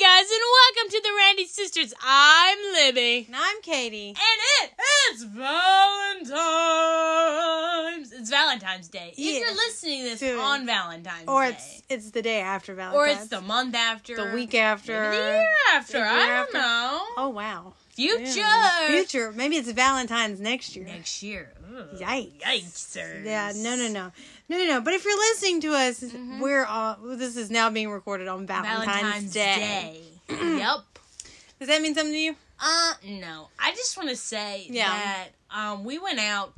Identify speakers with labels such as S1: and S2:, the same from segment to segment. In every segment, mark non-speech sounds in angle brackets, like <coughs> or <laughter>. S1: guys, and welcome to the Randy Sisters. I'm Libby.
S2: And I'm Katie.
S1: And it is Valentine's. It's Valentine's Day. If
S2: Yeah.
S1: you're listening to this
S2: Dude.
S1: on Valentine's
S2: Or
S1: Day.
S2: it's it's the day after Valentine's.
S1: or it's the month after.
S2: the week
S1: maybe
S2: after.
S1: the year after.
S2: the year
S1: I don't
S2: after.
S1: know.
S2: Oh wow.
S1: Future.
S2: Yeah. Future. Maybe it's Valentine's next year.
S1: Next year. Ugh.
S2: Yikes.
S1: Yikes.
S2: Yeah, no, no, no, no, no, no. But if you're listening to us, we're all. This is now being recorded on Valentine's,
S1: Mm-hmm. Valentine's
S2: Day.
S1: Day.
S2: <clears throat>
S1: yep.
S2: Does that mean something to you?
S1: Uh, no. I just want to say
S2: Yeah.
S1: that um, we went out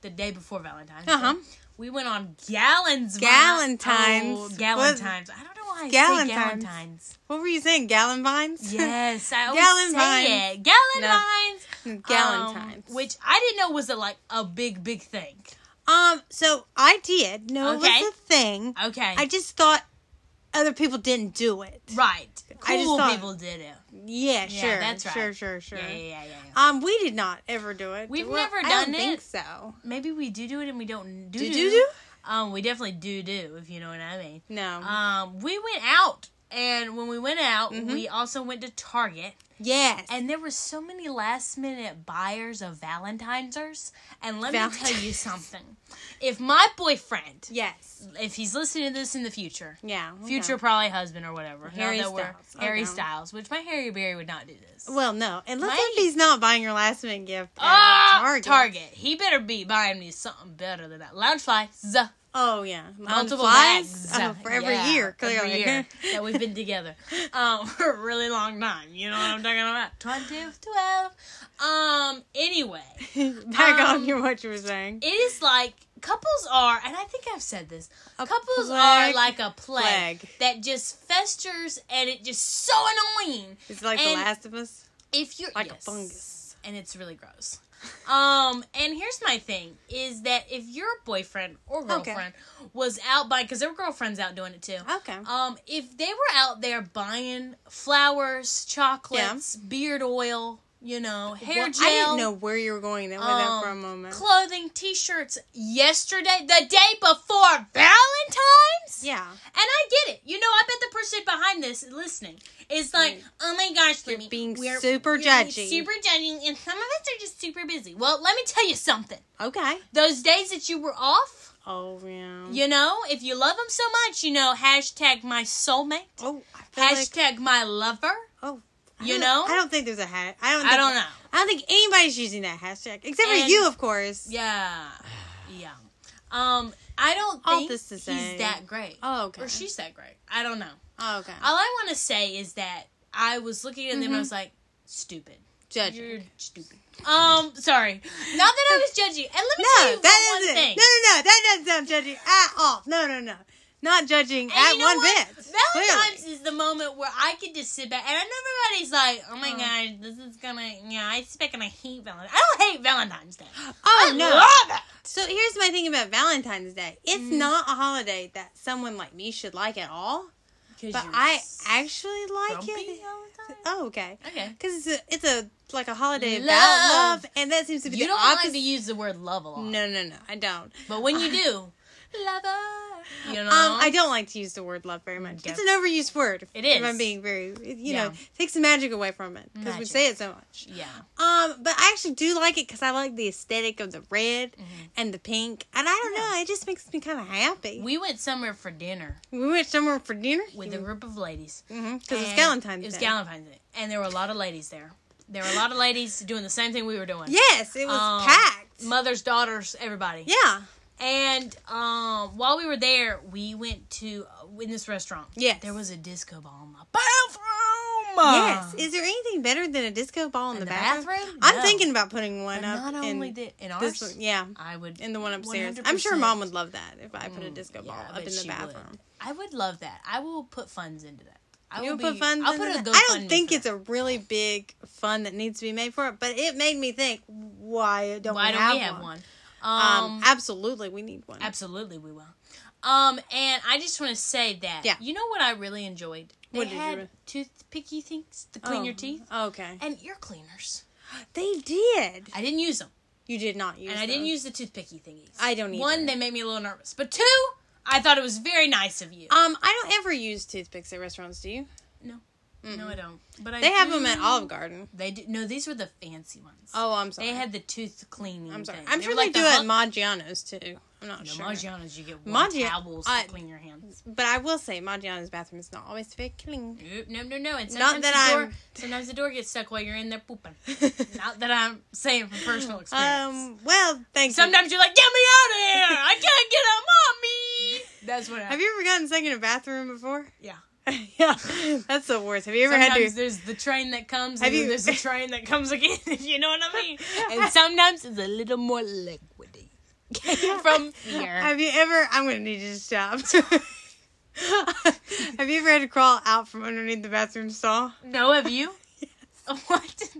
S1: the day before Valentine's. Day.
S2: Uh-huh.
S1: We went on gallons. Vi-
S2: Galentine's.
S1: Oh, Galentine's. I don't know why I say
S2: Galentine's. <laughs>
S1: Galentine's.
S2: What were you saying? Gallon vines. <laughs>
S1: Yes, I always say
S2: Galentine's.
S1: it. Galentine's.
S2: Galentine's.
S1: Um, which I didn't know was a, like a big, big thing.
S2: Um. So I did. No,
S1: Okay.
S2: it was a thing.
S1: Okay.
S2: I just thought other people didn't do it.
S1: right.
S2: I just
S1: Cool
S2: thought-
S1: people did it.
S2: Yeah,
S1: Yeah,
S2: sure.
S1: that's right.
S2: Sure, sure, sure.
S1: Yeah, yeah, yeah, yeah. yeah.
S2: Um, we did not ever do it.
S1: We've
S2: Well,
S1: never
S2: I
S1: done
S2: don't
S1: it.
S2: think so.
S1: Maybe we do do it and we don't do
S2: Did you do?
S1: Um, we definitely do do, if you know what I mean.
S2: No.
S1: Um, we went out, and when we went out,
S2: Mm-hmm.
S1: we also went to Target,
S2: yes.
S1: and there were so many last minute buyers of Valentine's. And let me tell you
S2: Valentine's.
S1: something: if my boyfriend,
S2: yes.
S1: if he's listening to this in the future,
S2: Yeah. okay.
S1: future probably husband or whatever, now
S2: Harry
S1: that we're-
S2: Styles. Oh,
S1: Harry
S2: no.
S1: Styles, which my Harry Berry would not do this.
S2: Well, no. Unless
S1: Might-
S2: if he's not buying your last minute gift at
S1: Ah,
S2: Target.
S1: Target. He better be buying me something better than that. Loungefly.
S2: Oh yeah.
S1: multiple
S2: On
S1: bags
S2: flies? Oh, for every
S1: Yeah,
S2: year. Clearly.
S1: every
S2: <laughs>
S1: year that we've been together um, <laughs> for a really long time. You know what I'm talking about? 20, 12. Um, anyway,
S2: Back
S1: Um,
S2: on your what you were saying.
S1: it is like couples are, and I think I've said this,
S2: A
S1: couples are
S2: plague.
S1: like a plague,
S2: Plague.
S1: that just festers and it just so annoying.
S2: It's like The
S1: and-
S2: Last of Us.
S1: If you're
S2: Like a
S1: yes.
S2: fungus.
S1: and it's really gross. Um, and here's my thing is that if your boyfriend or
S2: Okay.
S1: girlfriend was out buying, because there were girlfriends out doing it too.
S2: Okay.
S1: Um, if they were out there buying flowers, chocolates, beard oil, you know, hair
S2: Well,
S1: gel,
S2: I didn't know where you were going with that
S1: um,
S2: for a moment.
S1: clothing, t-shirts, yesterday, the day before Valentine's.
S2: yeah.
S1: And I get it. You know, I bet the person behind this listening is like, oh my gosh, Libby,
S2: being
S1: we're-
S2: super
S1: you're being
S2: judgy."
S1: Super judging, and some of us are just super busy. Well, let me tell you something.
S2: Okay.
S1: Those days that you were off,
S2: Oh yeah.
S1: you know, if you love them so much, you know, hashtag my soulmate,
S2: Oh, I feel like
S1: hashtag my lover.
S2: Oh, I
S1: You
S2: don't-
S1: know?
S2: I don't think there's a hat. I don't.
S1: I
S2: Think,
S1: don't know.
S2: I don't think anybody's using that hashtag except for
S1: And-
S2: you, of course.
S1: Yeah, yeah. Um, I don't
S2: All
S1: think
S2: this to
S1: he's
S2: say-
S1: that great,
S2: Oh, okay.
S1: or she's that great. I don't know.
S2: oh, okay.
S1: All I want to say is that I was looking at them and I
S2: Mhm.
S1: was like, stupid.
S2: Judging.
S1: You're stupid. Um, sorry. Not that I was judging. And let me tell
S2: no,
S1: you
S2: that
S1: one
S2: isn't.
S1: thing.
S2: No, no, no. That doesn't sound judging at all. No, no, no. Not judging
S1: And
S2: at
S1: you know
S2: one
S1: what?
S2: bit.
S1: Valentine's
S2: Clearly.
S1: is the moment where I get to sit back, and I know everybody's like, "Oh my
S2: Oh.
S1: god, this is gonna." Yeah, I sit back and I hate Valentine's. I don't hate Valentine's Day.
S2: Oh
S1: I
S2: no.
S1: love it.
S2: So here's my thing about Valentine's Day. It's
S1: Mm.
S2: not a holiday that someone like me should like at all, but I actually like it. Oh, okay.
S1: Okay.
S2: Because it's a, it's a like a holiday
S1: Love.
S2: about love, and that seems to be
S1: You
S2: the
S1: don't
S2: opposite.
S1: like to use the word love a lot,
S2: no, no, no. I don't.
S1: but when
S2: <laughs>
S1: you do, lover, you know,
S2: Um, I don't like to use the word love very much.
S1: Okay.
S2: It's an overused word.
S1: It
S2: If
S1: is.
S2: I'm being very, you
S1: Yeah.
S2: know, takes the magic away from it because we
S1: Magic.
S2: say it so much.
S1: yeah,
S2: Um, but I actually do like it because I like the aesthetic of the red
S1: Mhm.
S2: and the pink, and I don't
S1: Yeah.
S2: know, it just makes me kind of happy.
S1: we went somewhere for dinner.
S2: We, went somewhere for dinner
S1: with a group of ladies.
S2: because it's
S1: And
S2: Valentine's
S1: It was
S2: Day.
S1: Valentine's Day. And there were a lot of ladies there. There were a lot of ladies doing the same thing we were doing.
S2: yes, it was
S1: Um,
S2: packed.
S1: Mothers, daughters, everybody.
S2: yeah,
S1: And um, while we were there, we went to uh, in this restaurant.
S2: Yes.
S1: There was a disco ball in the bathroom.
S2: yes. Is there anything better than a disco ball in,
S1: In
S2: the,
S1: the
S2: bathroom?
S1: bathroom?
S2: I'm
S1: No.
S2: thinking about putting one
S1: And
S2: up.
S1: not
S2: in
S1: only did in ours,
S2: this one- yeah,
S1: I would
S2: in the one upstairs. i am sure
S1: 100%.
S2: mom would love that if I put a
S1: Mm,
S2: disco
S1: yeah,
S2: ball
S1: I
S2: up
S1: bet
S2: in the
S1: she would.
S2: bathroom.
S1: I would love that. I will put funds into that. I
S2: You
S1: will
S2: would put
S1: be-
S2: funds
S1: I'll
S2: in
S1: put a
S2: the-
S1: GoFundMe.
S2: I don't think
S1: for
S2: it's a really big fund that needs to be made for it, but it made me think, why
S1: that.
S2: don't
S1: Why
S2: we
S1: don't
S2: have
S1: we have
S2: one?
S1: one?
S2: Um,
S1: um,
S2: absolutely, we need one.
S1: Absolutely, we will. Um, and I just want to say that
S2: Yeah.
S1: you know what I really enjoyed? They
S2: What did you
S1: had
S2: re-
S1: toothpicky things to clean
S2: Oh,
S1: your teeth
S2: Okay,
S1: and ear cleaners.
S2: they did.
S1: I didn't use them,
S2: You did not use,
S1: and I didn't use
S2: those.
S1: the toothpicky thingies.
S2: I don't either.
S1: One, they made me a little nervous, but two, I thought it was very nice of you.
S2: Um, I don't ever use toothpicks at restaurants. Do you?
S1: No. No, I don't. But I
S2: They have them at
S1: do-
S2: Olive Garden.
S1: They do. No, these were the fancy ones.
S2: Oh, I'm sorry.
S1: They had the tooth cleaning.
S2: I'm sorry.
S1: thing.
S2: I'm
S1: They
S2: sure
S1: were
S2: they
S1: like
S2: do
S1: the
S2: it
S1: hot-
S2: at Maggiano's too. I'm not
S1: No,
S2: sure.
S1: Maggiano's, you get one
S2: Maggi-
S1: towels
S2: I-
S1: to clean your hands.
S2: But I will say Maggiano's bathroom is not always very clean.
S1: Nope, No, no, no. And
S2: Not
S1: sometimes
S2: that
S1: the door,
S2: I'm-
S1: sometimes the door gets stuck while you're in there pooping. Not that I'm saying from personal experience.
S2: um. Well, thanks.
S1: Sometimes you're like, get me out of here! I can't get out, mommy! That's what
S2: Have
S1: happens.
S2: you ever gotten stuck in a bathroom before? <laughs>
S1: Yeah. <laughs>
S2: yeah, that's the worst. Have you ever
S1: Sometimes
S2: had to?
S1: there's the train that comes,
S2: Have
S1: and then
S2: you-
S1: there's the train that comes <laughs> again. If you know what
S2: <laughs>
S1: I mean. And sometimes it's a little more liquidy <laughs>
S2: <laughs>
S1: from fear.
S2: Have you ever? I'm gonna need you to stop. <laughs> have you ever had to crawl out from underneath the bathroom stall?
S1: No, have
S2: <laughs>
S1: you? What?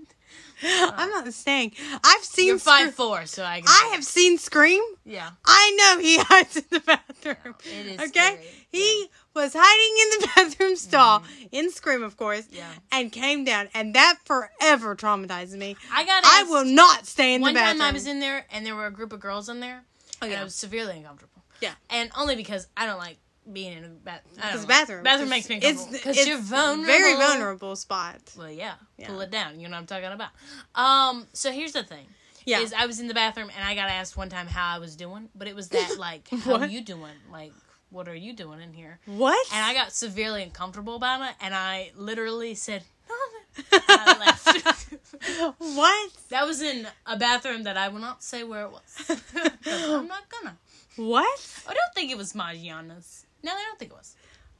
S2: I'm not saying. I've seen.
S1: You're five
S2: Scream-
S1: four, so I. Can
S2: I have seen Scream.
S1: Yeah.
S2: I know he <laughs> hides in the bathroom.
S1: No, it is
S2: okay,
S1: scary. Mm-hmm.
S2: he was hiding in the <laughs> bathroom stall in Scream, of course.
S1: Yeah.
S2: and came down, and that forever traumatized me.
S1: I got.
S2: I
S1: asked-
S2: will not stay in
S1: One
S2: the bathroom.
S1: time I was in there, and there were a group of girls in there,
S2: Oh,
S1: and
S2: yeah.
S1: I was severely uncomfortable.
S2: Yeah.
S1: And only because I don't like being in a bath.
S2: Because
S1: Because
S2: bathroom.
S1: Bathroom
S2: is-
S1: makes me uncomfortable.
S2: it's-
S1: Because
S2: it's
S1: you're vulnerable.
S2: Very vulnerable spot.
S1: Well, yeah.
S2: Yeah.
S1: Pull it down. You know what I'm talking about. Um. So here's the thing.
S2: Yeah.
S1: Is I was in the bathroom and I got asked one time how I was doing, but it was
S2: <laughs>
S1: that like, how
S2: What?
S1: you doing? Like, what are you doing in here?
S2: what?
S1: And I got severely uncomfortable about it, and I literally said,
S2: <laughs>
S1: "Nothing." And I uh, left.
S2: what?
S1: that was in a bathroom that I will not say where it was. <laughs> 'Cause I'm not gonna.
S2: What?
S1: I don't think it was Magiana's. No, I don't think it was.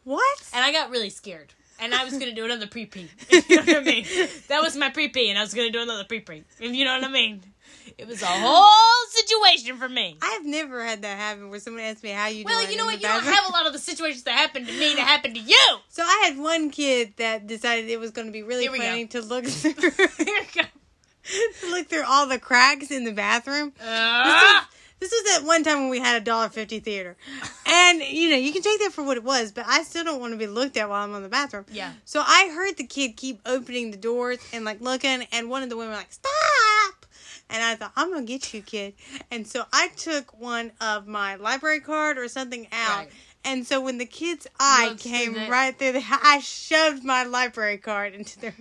S2: What?
S1: And I got really scared. And I was gonna do another pre pee. <laughs> If you know what I mean? That was my pre pee, and I was gonna do another pre pee. If you know what I mean? It was a whole situation for me.
S2: I have never had that happen where someone asked me how you
S1: Well,
S2: doing
S1: you know
S2: in
S1: what?
S2: the
S1: You don't
S2: bathroom.
S1: have a lot of the situations that happened to me that happened to
S2: <laughs>
S1: you.
S2: So I had one kid that decided it was going to be really
S1: Here we go.
S2: funny to look <laughs> through,
S1: Here you go.
S2: to look through all the cracks in the bathroom.
S1: Ah!
S2: This was at one time when we had a dollar fifty theater, and you know you can take that for what it was, but I still don't want to be looked at while I'm on the bathroom.
S1: Yeah.
S2: So I heard the kid keep opening the doors and like looking, and one of the women like stop, and I thought I'm gonna get you, kid, and so I took one of my library card or something out.
S1: Right.
S2: And so when the kid's eye
S1: Looked through
S2: came
S1: the-
S2: right through the, <laughs> I shoved my library card into their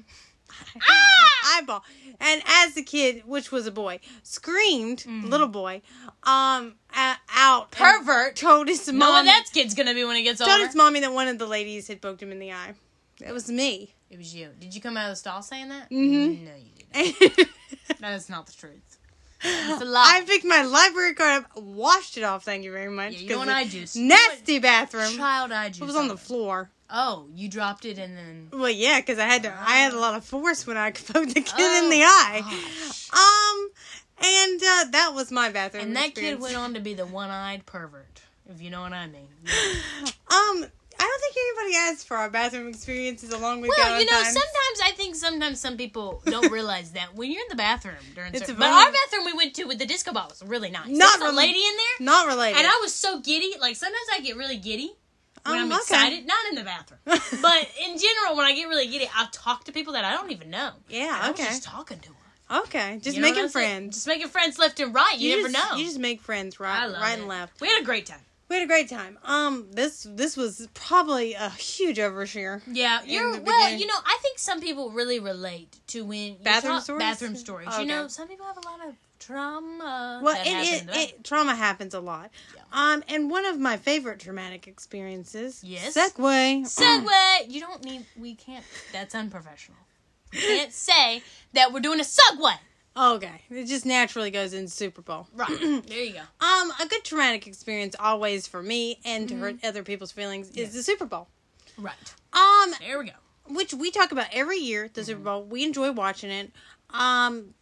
S1: ah!
S2: <laughs> eyeball. And as the kid, which was a boy, screamed,
S1: Mm-hmm.
S2: little boy, um, a- out. and
S1: Pervert.
S2: Told his mom.
S1: Know what that kid's gonna be when it gets
S2: told
S1: older?
S2: his mommy that one of the ladies had poked him in the eye. It was
S1: <laughs>
S2: me.
S1: It was you. Did you come out of the stall saying that?
S2: Mhm.
S1: No, you didn't.
S2: I
S1: That is not the truth. It's a lie.
S2: picked my library card up, washed it off. Thank you very much.
S1: Yeah, you
S2: 'cause
S1: want
S2: the
S1: eye juice. You
S2: Nasty bathroom.
S1: Child eye juice.
S2: it was on the
S1: it.
S2: floor.
S1: Oh, you dropped it and then.
S2: Well, yeah, because I had to. I had a lot of force when I <laughs> poked the kid in
S1: Oh,
S2: the eye.
S1: gosh.
S2: Um, and uh, that was my bathroom.
S1: And that
S2: experience.
S1: kid went on to be the one-eyed pervert, if you know what I mean.
S2: Um, I don't think anybody asked for our bathroom experiences along with
S1: Well, you know,
S2: Valentine's.
S1: sometimes I think sometimes some people don't realize that when you're in the bathroom during.
S2: It's
S1: certain-
S2: a
S1: but
S2: vulner-
S1: our bathroom we went to with the disco ball was really nice.
S2: Not
S1: There's a
S2: rela-
S1: lady Oh, in there,
S2: not related.
S1: and I was so giddy. Like sometimes I get really giddy when I'm
S2: Um, okay.
S1: excited, not in the <laughs> bathroom, but in general when I get really giddy, I'll talk to people that I don't even know. And
S2: yeah,
S1: I was
S2: okay,
S1: just talking to her.
S2: okay, just
S1: You know what
S2: making
S1: I'm saying?
S2: friends.
S1: Just making friends left and right. You, never
S2: just,
S1: know.
S2: You just make friends
S1: I
S2: right,
S1: love
S2: right
S1: it.
S2: and left.
S1: We had a great time.
S2: We had a great time. Um, this this was probably a huge overshare.
S1: Yeah,
S2: in
S1: you're
S2: the
S1: well.
S2: beginning.
S1: You know, I think some people really relate to when you
S2: Bathroom
S1: talk
S2: stories? Oh,
S1: Bathroom stories.
S2: Okay.
S1: You know, some people have a lot of trauma.
S2: Well,
S1: that
S2: it,
S1: happened in
S2: it,
S1: the bathroom.
S2: it trauma happens a lot.
S1: Yeah.
S2: Um, and one of my favorite traumatic experiences.
S1: Yes?
S2: Segway.
S1: Segway. You don't need. We can't. That's unprofessional. You
S2: <laughs>
S1: can't say that we're doing a Segway.
S2: okay, it just naturally goes in Super Bowl. <clears throat>
S1: Right there, you go.
S2: Um, a good traumatic experience always for me and to
S1: Mm-hmm.
S2: hurt other people's feelings is the Super Bowl.
S1: Right
S2: Um,
S1: there, we go.
S2: which we talk about every year, the
S1: Mm-hmm.
S2: Super Bowl. We enjoy watching it. Um,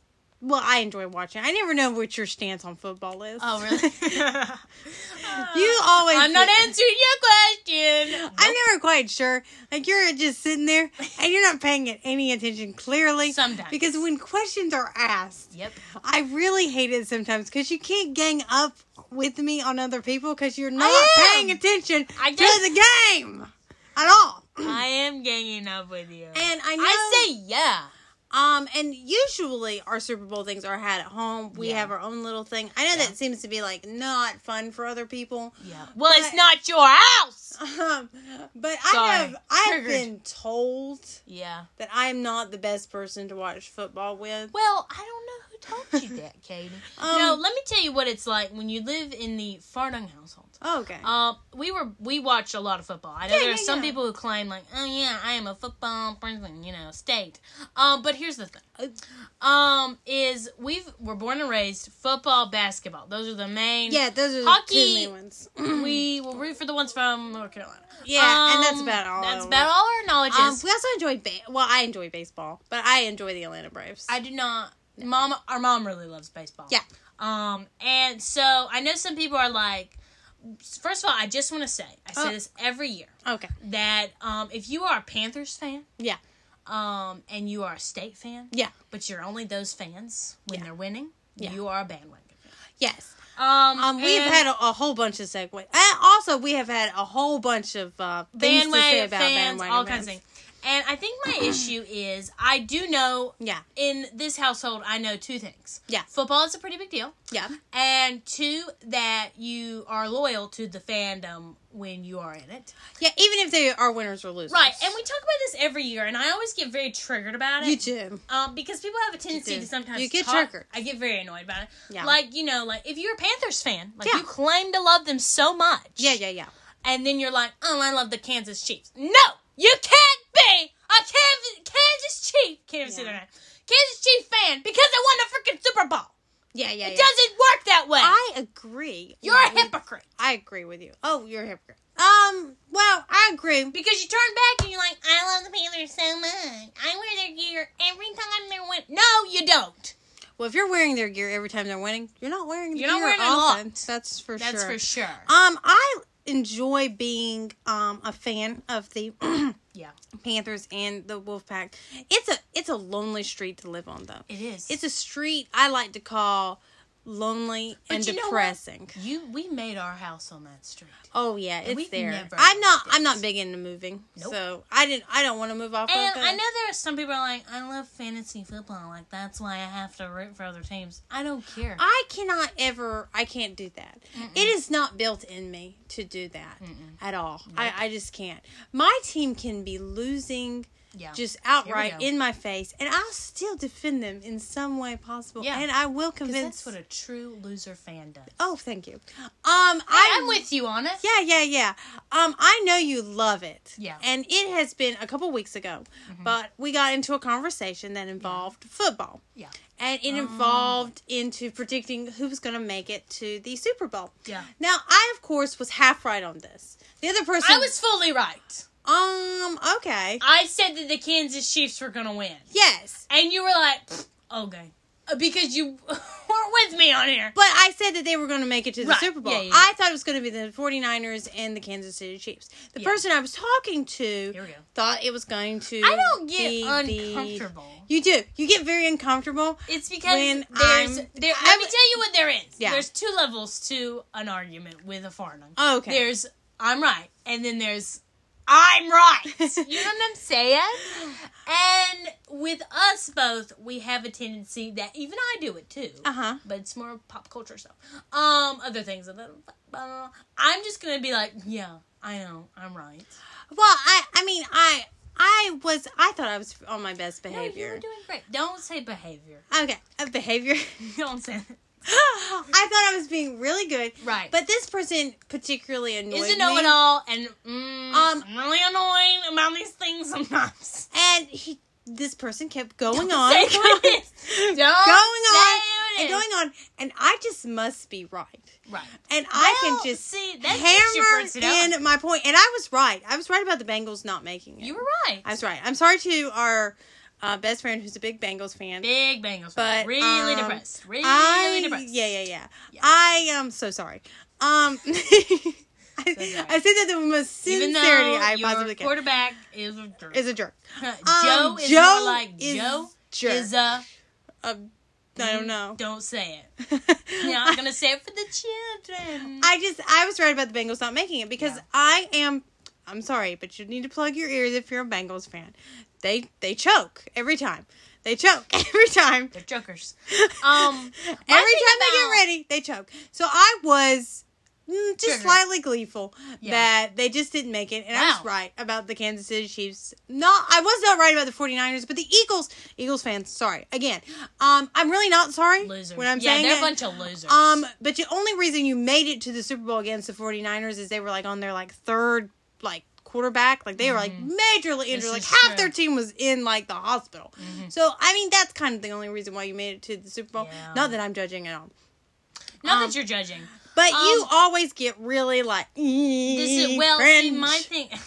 S2: well, I enjoy watching. it. I never know what your stance on football is.
S1: Oh, <laughs> really?
S2: <laughs>
S1: <laughs>
S2: you always.
S1: I'm not answering your question.
S2: I'm never quite sure. Like you're just sitting there and you're not paying it any attention. Clearly,
S1: Sometimes.
S2: because when questions are asked, <clears throat>
S1: Yep.
S2: I really hate it sometimes because you can't gang up with me on other people because you're not
S1: am.
S2: paying attention
S1: I guess-
S2: to the game at all.
S1: I am ganging up with you.
S2: And I know
S1: I say yeah.
S2: Um, and usually our Super Bowl things are had at home. We
S1: Yeah.
S2: have our own little thing. I know
S1: Yeah.
S2: that seems to be like not fun for other people. <laughs>
S1: Yeah. Well, it's
S2: But-
S1: not your house.
S2: Um, but
S1: Sorry.
S2: I have I've
S1: Triggered.
S2: been told
S1: Yeah.
S2: that I am not the best person to watch football with.
S1: Well, I don't know who told
S2: <laughs>
S1: you that, Katie.
S2: Um,
S1: no, let me tell you what it's like when you live in the Fardung household.
S2: okay.
S1: Um, we were we watched a lot of football. I know
S2: Yeah,
S1: there are
S2: yeah,
S1: some
S2: yeah.
S1: people who claim like, oh yeah, I am a football person, you know, state. Um, but here's the thing, um, is we've we're born and raised football, basketball. Those are the main.
S2: yeah, those are the two
S1: hockey-
S2: main ones. <clears throat>
S1: We will root for the ones from North Carolina. Um,
S2: Yeah, and that's about all
S1: That's
S2: I
S1: about all our knowledge
S2: Um,
S1: is.
S2: we also enjoy ba- well, I enjoy baseball, but I enjoy the Atlanta Braves.
S1: I do not. Mom, our mom really loves baseball.
S2: yeah.
S1: Um, and so I know some people are like, first of all, I just want to say, I say
S2: Oh.
S1: this every year,
S2: Okay.
S1: that um, if you are a Panthers fan,
S2: Yeah.
S1: um, and you are a state fan,
S2: Yeah.
S1: but you're only those fans when
S2: Yeah.
S1: they're winning,
S2: Yeah.
S1: you are a bandwagon.
S2: Yes.
S1: Um,
S2: Um, we've
S1: and
S2: had a, a whole bunch of segues. And also, we have had a whole bunch of uh, things to say
S1: bandwagon
S2: about
S1: fans,
S2: bandwagon
S1: all kinds of
S2: fans.
S1: things. And I think my issue is I do know
S2: Yeah,
S1: in this household I know two things.
S2: Yeah.
S1: Football is a pretty big deal.
S2: yeah,
S1: and two that you are loyal to the fandom when you are in it
S2: yeah. Even if they are winners or losers,
S1: right and we talk about this every year and i always get very triggered about it
S2: you too.
S1: um, because people have a tendency
S2: do.
S1: to sometimes
S2: You get
S1: talk-
S2: triggered.
S1: I get very annoyed about it.
S2: Yeah.
S1: Like you know, like if you're a Panthers fan, like
S2: Yeah.
S1: you claim to love them so much,
S2: Yeah, yeah, yeah.
S1: and then you're like, oh, I love the Kansas Chiefs. No, you can't be a Kansas, Kansas Chief. Can't even say
S2: Yeah.
S1: their name. Kansas Chief fan because they won the freaking Super Bowl.
S2: Yeah, yeah, yeah.
S1: It doesn't work that way.
S2: I agree.
S1: you're a
S2: with-
S1: hypocrite.
S2: I agree with you. Oh, you're a hypocrite. Um, well, I agree.
S1: Because you turn back and you're like, I love the Panthers so much. I wear their gear every time they're win. No, you don't.
S2: Well, if you're wearing their gear every time they're winning, you're not wearing the
S1: You're not
S2: gear
S1: wearing a lot.
S2: often. That's for
S1: That's
S2: sure.
S1: for sure.
S2: Um, I enjoy being um a fan of the <clears throat>
S1: Yeah,
S2: Panthers and the Wolfpack. It's a it's a lonely street to live on though.
S1: it is.
S2: It's a street I like to call lonely
S1: But
S2: and
S1: you know what?
S2: depressing.
S1: you. We made our house on that street.
S2: Oh yeah, it's
S1: we've
S2: there.
S1: never
S2: I'm not
S1: missed it.
S2: I'm not big into moving.
S1: Nope.
S2: So I didn't I don't want to move off
S1: And
S2: of
S1: I
S2: it.
S1: know there are some people are like, I love fantasy football. Like that's why I have to root for other teams. I don't care.
S2: I cannot ever I can't do that. It is not built in me to do that at all. I, I just can't. My team can be losing
S1: yeah,
S2: just outright
S1: go.
S2: in my face and I'll still defend them in some way possible.
S1: Yeah.
S2: And I will
S1: 'Cause
S2: convince
S1: that's what a true loser fan does.
S2: Oh, thank you. Um, I'm,
S1: I, am with you on it.
S2: Yeah, yeah, yeah. Um, I know you love it.
S1: Yeah. Mm-hmm.
S2: And it has been a couple weeks ago, but we got into a conversation that involved football.
S1: Yeah. Um.
S2: And it involved into predicting who was going to make it to the Super Bowl.
S1: Yeah.
S2: Now, I of course was half right on this. The other person
S1: I was fully right.
S2: um okay.
S1: I said that the Kansas Chiefs were gonna win.
S2: yes.
S1: And you were like, "Pfft, okay. Uh, Because you <laughs> weren't with me on here.
S2: But I said that they were going to make it to the
S1: Right.
S2: Super Bowl.
S1: Yeah, yeah, yeah.
S2: I thought it was going to be the 49ers and the Kansas City Chiefs. The
S1: Yeah.
S2: person I was talking to
S1: Here we go.
S2: thought it was going to
S1: I don't get
S2: be the-
S1: uncomfortable.
S2: You do. You get very uncomfortable.
S1: It's because
S2: When
S1: there's
S2: I'm-
S1: there
S2: I'm-
S1: let me tell you what there is.
S2: Yeah.
S1: There's two levels to an argument with a foreigner.
S2: Oh, okay.
S1: There's I'm right and then there's I'm
S2: <laughs>
S1: right. You know what I'm saying? And with us both, we have a tendency that even I do it too.
S2: Uh huh.
S1: But it's more pop culture stuff. Um, other things. Uh, I'm just gonna be like, yeah, I know, I'm right.
S2: Well, I I mean I I was I thought I was on my best
S1: No, you were
S2: behavior.
S1: doing great. Don't say behavior. <laughs>
S2: <laughs> okay, uh, behavior.
S1: Don't say that.
S2: I thought I was being really good.
S1: Right.
S2: But this person particularly annoyed
S1: is a
S2: me.
S1: know it all, and mm,
S2: Um,
S1: I'm really annoying about these things sometimes.
S2: And he, this person kept going <laughs>
S1: Don't <laughs>
S2: on,
S1: say what it
S2: going <laughs>
S1: Don't going
S2: on,
S1: say
S2: and
S1: what it is.
S2: going on, and I just must be right.
S1: right.
S2: And I
S1: Well,
S2: can just
S1: see that's just your
S2: hammer
S1: personality.
S2: in my point. And I was right. I was right about the Bengals not making it.
S1: You were right.
S2: I was right. I'm sorry to our uh, best friend who's a big Bengals fan.
S1: Big bangles.
S2: But,
S1: really
S2: um,
S1: depressed. Really,
S2: I,
S1: depressed.
S2: Yeah, yeah, yeah,
S1: Yeah.
S2: I am so sorry. Um, <laughs> I,
S1: sorry.
S2: I said that the most
S1: Even though
S2: sincerity I
S1: your
S2: possibly can.
S1: quarterback is a jerk.
S2: is a jerk.
S1: <laughs> Joe
S2: Um,
S1: is
S2: Joe
S1: more like
S2: is
S1: Joe
S2: jerk.
S1: is a.
S2: Um, I don't know. <laughs>
S1: Don't say it. <laughs> Yeah, I'm
S2: I,
S1: gonna say it for the children.
S2: I just I was right about the Bengals not making it because
S1: Yeah.
S2: I am. I'm sorry, but you need to plug your ears if you're a Bengals fan. They they choke every time. They choke <laughs> every time.
S1: They're jokers. Um,
S2: <laughs> every time
S1: my thing
S2: they get
S1: about-
S2: ready, they choke. So I was mm, just
S1: Triggered.
S2: slightly gleeful
S1: Yeah.
S2: that they just didn't make it. And I was
S1: Wow.
S2: right about the Kansas City Chiefs. Not I was not right about the 49ers, but the Eagles, Eagles fans, sorry. Again, um I'm really not sorry
S1: losers.
S2: when I'm
S1: yeah,
S2: saying
S1: they're
S2: it.
S1: a bunch of losers.
S2: Um, but the only reason you made it to the Super Bowl against the 49ers is they were like on their like third like quarterback. Like they were like majorly injured. Like
S1: Mm-hmm. is
S2: half
S1: true. Mm-hmm.
S2: their team was in like the hospital. So I mean that's kind of the only reason why you made it to the Super Bowl.
S1: Yeah.
S2: Not that I'm judging at all.
S1: not
S2: um,
S1: that you're judging.
S2: But you
S1: Um,
S2: always get really like
S1: This is well. See, my
S2: cringe.
S1: thing. <laughs>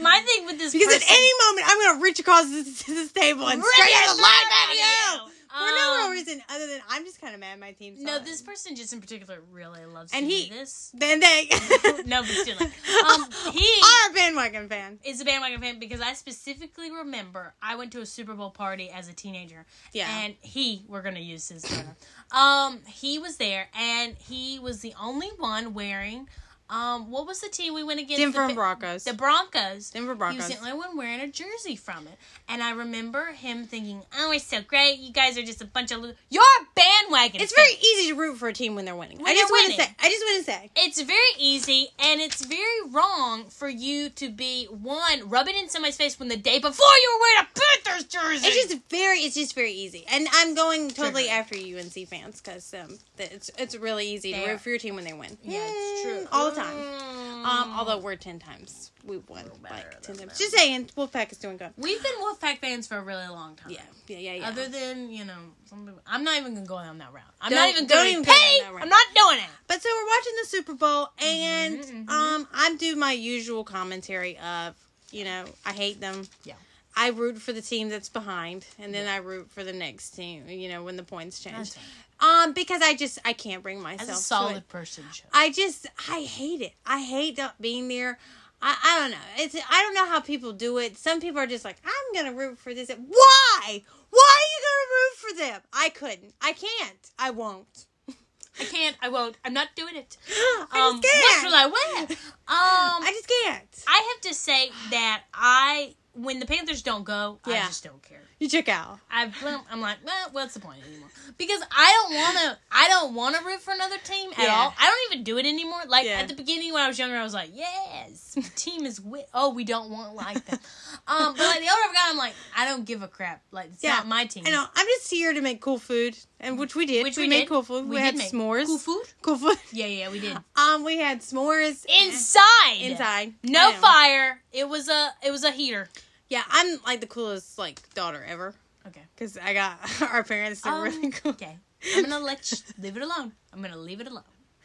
S1: my thing with this
S2: because
S1: person,
S2: at any moment I'm gonna reach across <laughs> this, this table and
S1: Rip
S2: straight
S1: the
S2: the life
S1: life
S2: out of
S1: out of
S2: you
S1: you.
S2: for no real
S1: Um,
S2: reason other than I'm just kind of mad my team's
S1: no,
S2: not in.
S1: this person just in particular really loves
S2: And
S1: to
S2: he-
S1: do this.
S2: then they
S1: <laughs> No, but still,
S2: <laughs>
S1: like, um, he
S2: are a bandwagon fan.
S1: is a bandwagon fan because I specifically remember I went to a Super Bowl party as a teenager.
S2: Yeah.
S1: And he, we're gonna use his letter. Um, he was there and he was the only one wearing um what was the team we went against?
S2: Denver
S1: the,
S2: Broncos.
S1: The Broncos.
S2: Denver
S1: He
S2: Broncos.
S1: was the only one wearing a jersey from it. And I remember him thinking, Oh, we're so great, you guys are just a bunch of lo- You're a bandwagon.
S2: It's
S1: fan."
S2: very easy to root for a team when they're winning. I
S1: When
S2: just
S1: they're
S2: want to
S1: winning.
S2: say. I just want to say.
S1: it's very easy and it's very wrong for you to be one rubbing in somebody's face when the day before you were wearing a Panthers jersey.
S2: It's just very. It's just very easy, and I'm going totally
S1: Triggered.
S2: after UNC fans because um, th- it's it's really easy to
S1: They are.
S2: root for your team when they win.
S1: yeah, it's true
S2: Mm, all the time.
S1: Mm.
S2: Um, although we're ten times we won
S1: better
S2: like ten
S1: than
S2: times.
S1: them.
S2: Just saying, Wolfpack is doing good.
S1: we've been Wolfpack fans for a really long time.
S2: Yeah, yeah, yeah, yeah.
S1: Other than you know, some people, I'm not even gonna go down that route. I'm
S2: Don't-
S1: not even
S2: don't
S1: going
S2: even
S1: to
S2: go down
S1: pay.
S2: that route.
S1: I'm not doing it.
S2: But so we're watching the Super Bowl, and
S1: Mhm, mhm.
S2: um, I do my usual commentary of, you know, I hate them.
S1: Yeah.
S2: I root for the team that's behind, and then I root for the next team. You know, when the points change,
S1: That's
S2: um, because I just I can't bring myself.
S1: As a
S2: to
S1: solid
S2: it.
S1: person, should.
S2: I just I hate it. I hate not being there. I, I don't know. It's I don't know how people do it. Some people are just like, I'm gonna root for this. Why? Why are you gonna root for them? I couldn't. I can't. I won't. <gasps>
S1: I can't. I won't. I'm not doing it.
S2: I
S1: Um,
S2: just can't.
S1: what shall I wear? Um,
S2: I just can't.
S1: I have to say that I, when the Panthers don't go,
S2: Yeah.
S1: I just don't care.
S2: You check out.
S1: I blem- I'm like, well, what's the point anymore? Because I don't want to. I don't want to root for another team at
S2: Yeah.
S1: all. I don't even do it anymore. Like
S2: Yeah.
S1: at the beginning when I was younger, I was like, yes, the team is with. Oh, we don't want like them. um, but like the older I got, I'm like, I don't give a crap. Like it's
S2: Yeah.
S1: not my team.
S2: I know. I'm just here to make cool food, and which we did.
S1: Which
S2: we,
S1: we
S2: made
S1: did.
S2: cool food. We,
S1: We did
S2: had
S1: make
S2: s'mores.
S1: cool food.
S2: Cool food. <laughs>
S1: Yeah, yeah, we did
S2: Um, we had s'mores
S1: inside.
S2: inside. I
S1: No
S2: know.
S1: fire. It was a. It was a heater.
S2: Yeah, I'm like the coolest like daughter ever
S1: Okay.
S2: because I got <laughs> our parents are
S1: Um,
S2: really cool.
S1: Okay. I'm gonna let
S2: <laughs>
S1: you leave it alone. I'm gonna leave it alone.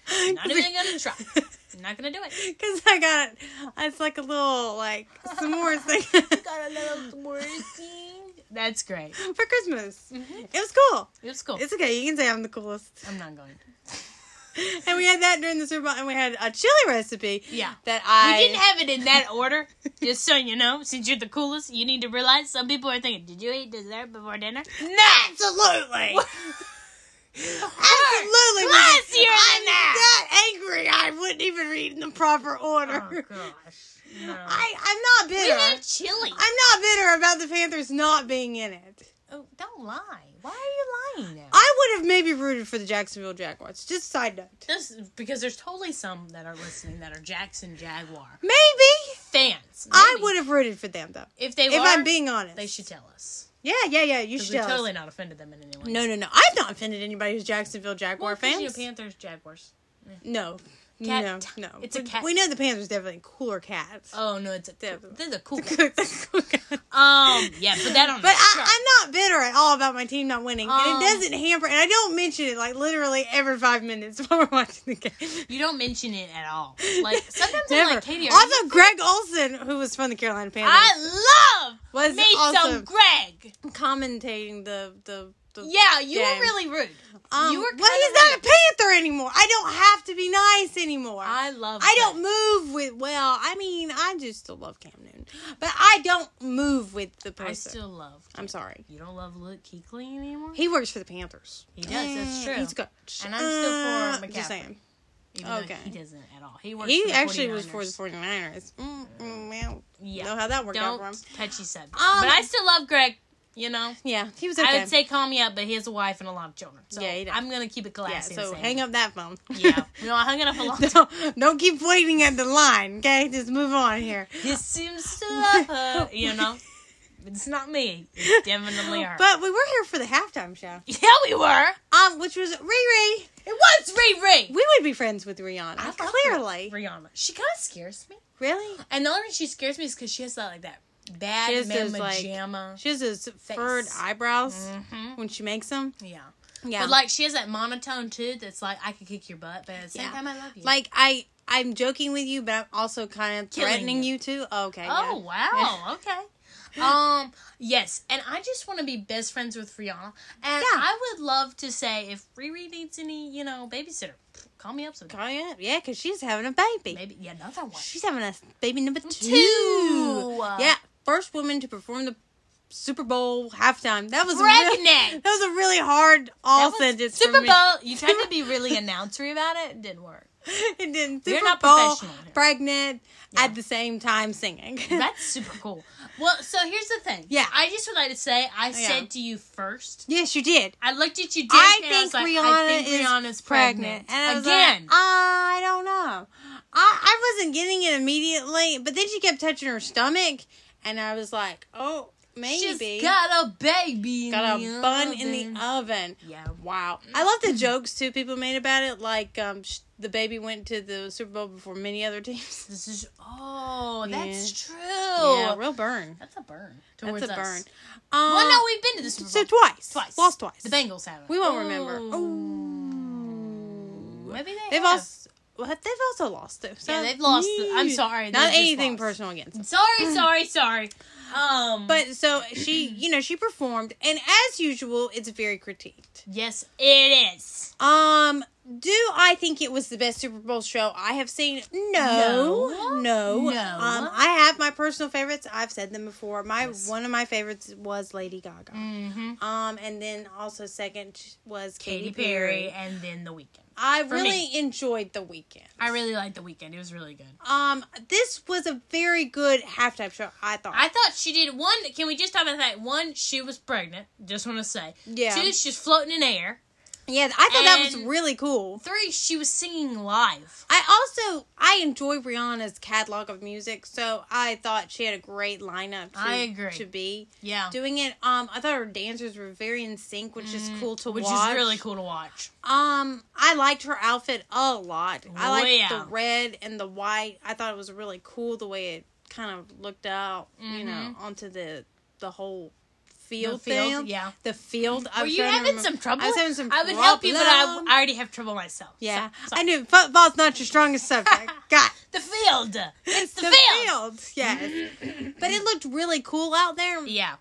S1: I'm not even gonna
S2: <laughs>
S1: try. I'm not gonna do it.
S2: Because I got it's like a little like s'mores
S1: <laughs>
S2: thing
S1: got a little worthy. That's great.
S2: <laughs> for Christmas.
S1: Mhm.
S2: It was cool.
S1: It was cool.
S2: It's okay. You can say I'm the coolest.
S1: I'm not going.
S2: And we had that during the Super Bowl, and we had a chili recipe.
S1: Yeah.
S2: That I
S1: We didn't have it in that order. Just so you know, since you're the coolest, you need to realize some people are thinking, "Did you eat dessert before dinner?"
S2: Absolutely.
S1: <laughs>
S2: Absolutely.
S1: Classier
S2: I'm
S1: than that.
S2: not angry. I wouldn't even read in the proper
S1: Oh
S2: order.
S1: <laughs> gosh. No.
S2: I, I'm not
S1: we
S2: bitter.
S1: had chili.
S2: I'm not bitter about the Panthers not being in it.
S1: oh, don't lie. Why are you lying now?
S2: I would have maybe rooted for the Jacksonville Jaguars. Just side note.
S1: This because there's totally some that are listening that are Jackson Jaguar
S2: Maybe.
S1: fans.
S2: I
S1: Maybe.
S2: would have rooted for them, though.
S1: if they
S2: If
S1: were.
S2: I'm being honest.
S1: they should tell us.
S2: Yeah, yeah, yeah. You
S1: Because
S2: should
S1: we
S2: tell us.
S1: totally not offended them in any way.
S2: No, no, no. I've not offended anybody who's Jacksonville Jaguar
S1: Well, 'cause,
S2: fans.
S1: You know, Panthers, Jaguars.
S2: no.
S1: Cat-
S2: No, no.
S1: it's a
S2: We-
S1: cat.
S2: We know the Panthers definitely cooler cats. <laughs>
S1: Oh no, it's a
S2: Definitely.
S1: this is a cool.
S2: Cool cats.
S1: Um, yeah, put that on.
S2: But
S1: the
S2: I,
S1: shirt.
S2: I'm not bitter at all about my team not winning, and
S1: Um,
S2: it doesn't hamper. And I don't mention it like literally every five minutes <laughs> while we're watching the game.
S1: you don't mention it at all. <laughs> Like sometimes
S2: Never.
S1: I'm like, Katie, are
S2: also,
S1: you-
S2: Greg Olson, who was from the Carolina Panthers,
S1: I love
S2: was
S1: me
S2: also
S1: some Greg.
S2: commentating the the. the
S1: Yeah, you
S2: Game.
S1: were really rude.
S2: um,
S1: you were
S2: well,
S1: kinda
S2: he's not a
S1: rude.
S2: Panther anymore. I don't have to be nice anymore.
S1: I love.
S2: I don't move with well. I mean, I just still love Cam Newton, but I don't move with the person.
S1: I still love.
S2: I'm sorry.
S1: You don't love Luke Kuechly anymore.
S2: He works for the Panthers.
S1: He does, that's
S2: Mm,
S1: true.
S2: He's good.
S1: And I'm still for
S2: Uh,
S1: McCaffrey.
S2: Just saying.
S1: Even though
S2: Okay.
S1: he doesn't at all. He works. for
S2: He
S1: the
S2: actually was for the
S1: 49ers.
S2: 49ers. Mm, mm, well,
S1: Yeah.
S2: know how that worked out
S1: Don't
S2: for him.
S1: touchy subject.
S2: Um,
S1: but I still love Greg. You know,
S2: Yeah, he was okay.
S1: I would say call me up, but he has a wife and a lot of children. So
S2: Yeah, he does.
S1: I'm gonna keep it
S2: yeah,
S1: classy.
S2: so hang up that phone. <laughs>
S1: Yeah, no, I hung it up a long time.
S2: don't, don't keep waiting at the line, okay? Just move on here.
S1: This seems to love her. You know, it's not me. It's <laughs>
S2: <laughs>
S1: definitely her.
S2: But we were here for the halftime show,
S1: yeah, we were.
S2: um, which was Riri.
S1: It was Riri.
S2: We would be friends with Rihanna,
S1: I love
S2: clearly.
S1: Rihanna. She kind of scares me.
S2: really?
S1: And the only reason she scares me is because she has that like that bad
S2: She has
S1: man
S2: those, like-
S1: pajama.
S2: She has those furred eyebrows
S1: hmm
S2: when she makes them.
S1: Yeah.
S2: Yeah,
S1: But like she has that monotone too. That's like I could kick your butt, but at the same
S2: Yeah.
S1: time I love you.
S2: like I, I'm joking with you, but I'm also kind of
S1: Killing
S2: threatening
S1: you.
S2: you, too. okay. yeah.
S1: oh
S2: <laughs>
S1: wow, okay. Um yes, and I just want to be best friends with Rihanna, and I would love to say if Riri needs any, you know, babysitter, call me up sometime.
S2: Oh yeah, yeah, because she's having a baby.
S1: Maybe yeah, another one.
S2: She's having a baby number two.
S1: Two.
S2: Yeah, first woman to perform the Super Bowl halftime. That was a real-
S1: Pregnant.
S2: <laughs> that was a really hard all
S1: That was
S2: sentence. for
S1: Super
S2: me. <laughs>
S1: Bowl. You tried to be really announcery about it. It didn't work.
S2: it didn't.
S1: We're
S2: Super
S1: not
S2: Bowl,
S1: professional here.
S2: pregnant at the same time singing.
S1: That's super cool. Well, so here's the thing.
S2: Yeah.
S1: I just would like to say I said to you first.
S2: <laughs> yes, you did.
S1: I looked at you dancing.
S2: I
S1: and I was
S2: think
S1: like,
S2: Rihanna
S1: I think
S2: is
S1: Rihanna's
S2: Pregnant,
S1: pregnant,
S2: and I was
S1: again.
S2: like, "Ah, I don't know. I I wasn't getting it immediately, but then she kept touching her stomach, and I was like, oh, maybe
S1: She's got a baby. in
S2: Got
S1: the
S2: a bun in
S1: oven.
S2: the oven.
S1: Yeah.
S2: Wow. I love the jokes too people made about it. Like um, sh- the baby went to the Super Bowl before many
S1: <laughs>
S2: other teams.
S1: This is oh,
S2: Yeah.
S1: that's true.
S2: Yeah, real burn.
S1: that's a burn.
S2: That's
S1: Towards
S2: a burn.
S1: Oh. Us.
S2: Um,
S1: Well, no, we've been to this
S2: so twice.
S1: Twice.
S2: Lost twice.
S1: The Bengals haven't.
S2: we won't remember.
S1: Oh. Ooh. Maybe they
S2: They've
S1: have.
S2: also well, they've also lost too. So
S1: Yeah, they've lost. I'm sorry, they
S2: Not
S1: just
S2: anything
S1: lost.
S2: personal against them.
S1: Sorry, sorry, <laughs> sorry. Um,
S2: But so she, you know, she performed, and as usual, it's very critiqued.
S1: yes, it is.
S2: Um, do I think it was the best Super Bowl show I have seen? No,
S1: No.
S2: no.
S1: No.
S2: Um, I have my personal favorites. I've said them before. My one of my favorites was Lady Gaga.
S1: Mm-hmm.
S2: Um, and then also second was
S1: Katy Perry and then The Weeknd.
S2: I
S1: For
S2: really enjoyed the weekend.
S1: I really liked The Weeknd. It was really good.
S2: Um, this was a very good halftime show. I thought.
S1: I thought she did one. Can we just talk about that? One, she was pregnant. Just want to say.
S2: Yeah.
S1: Two, she's floating in air.
S2: yeah, I thought that was
S1: And-
S2: really cool.
S1: Three, she was singing live.
S2: I also I enjoy Rihanna's catalog of music, so I thought she had a great lineup. To,
S1: I agree.
S2: to be.
S1: Yeah.
S2: doing it. Um, I thought her dancers were very in sync, which is cool to
S1: Mm, Which
S2: watch.
S1: is really cool to watch.
S2: Um, I liked her outfit a lot. I
S1: Oh,
S2: liked
S1: yeah.
S2: the red and the white. I thought it was really cool the way it kind of looked out, you know, onto the the whole field,
S1: Mm-hmm. field,
S2: thing.
S1: yeah.
S2: the field. I
S1: Were
S2: was
S1: you
S2: trying to
S1: having
S2: remember-
S1: some trouble?
S2: I was having some.
S1: I would help you, but I,
S2: problem.
S1: I already have trouble myself.
S2: yeah,
S1: So- so-
S2: I knew football's not your
S1: <laughs>
S2: strongest subject. God.
S1: the field. It's the,
S2: The
S1: field.
S2: field, yes,
S1: <laughs>
S2: but it looked really cool out there, and
S1: Yeah.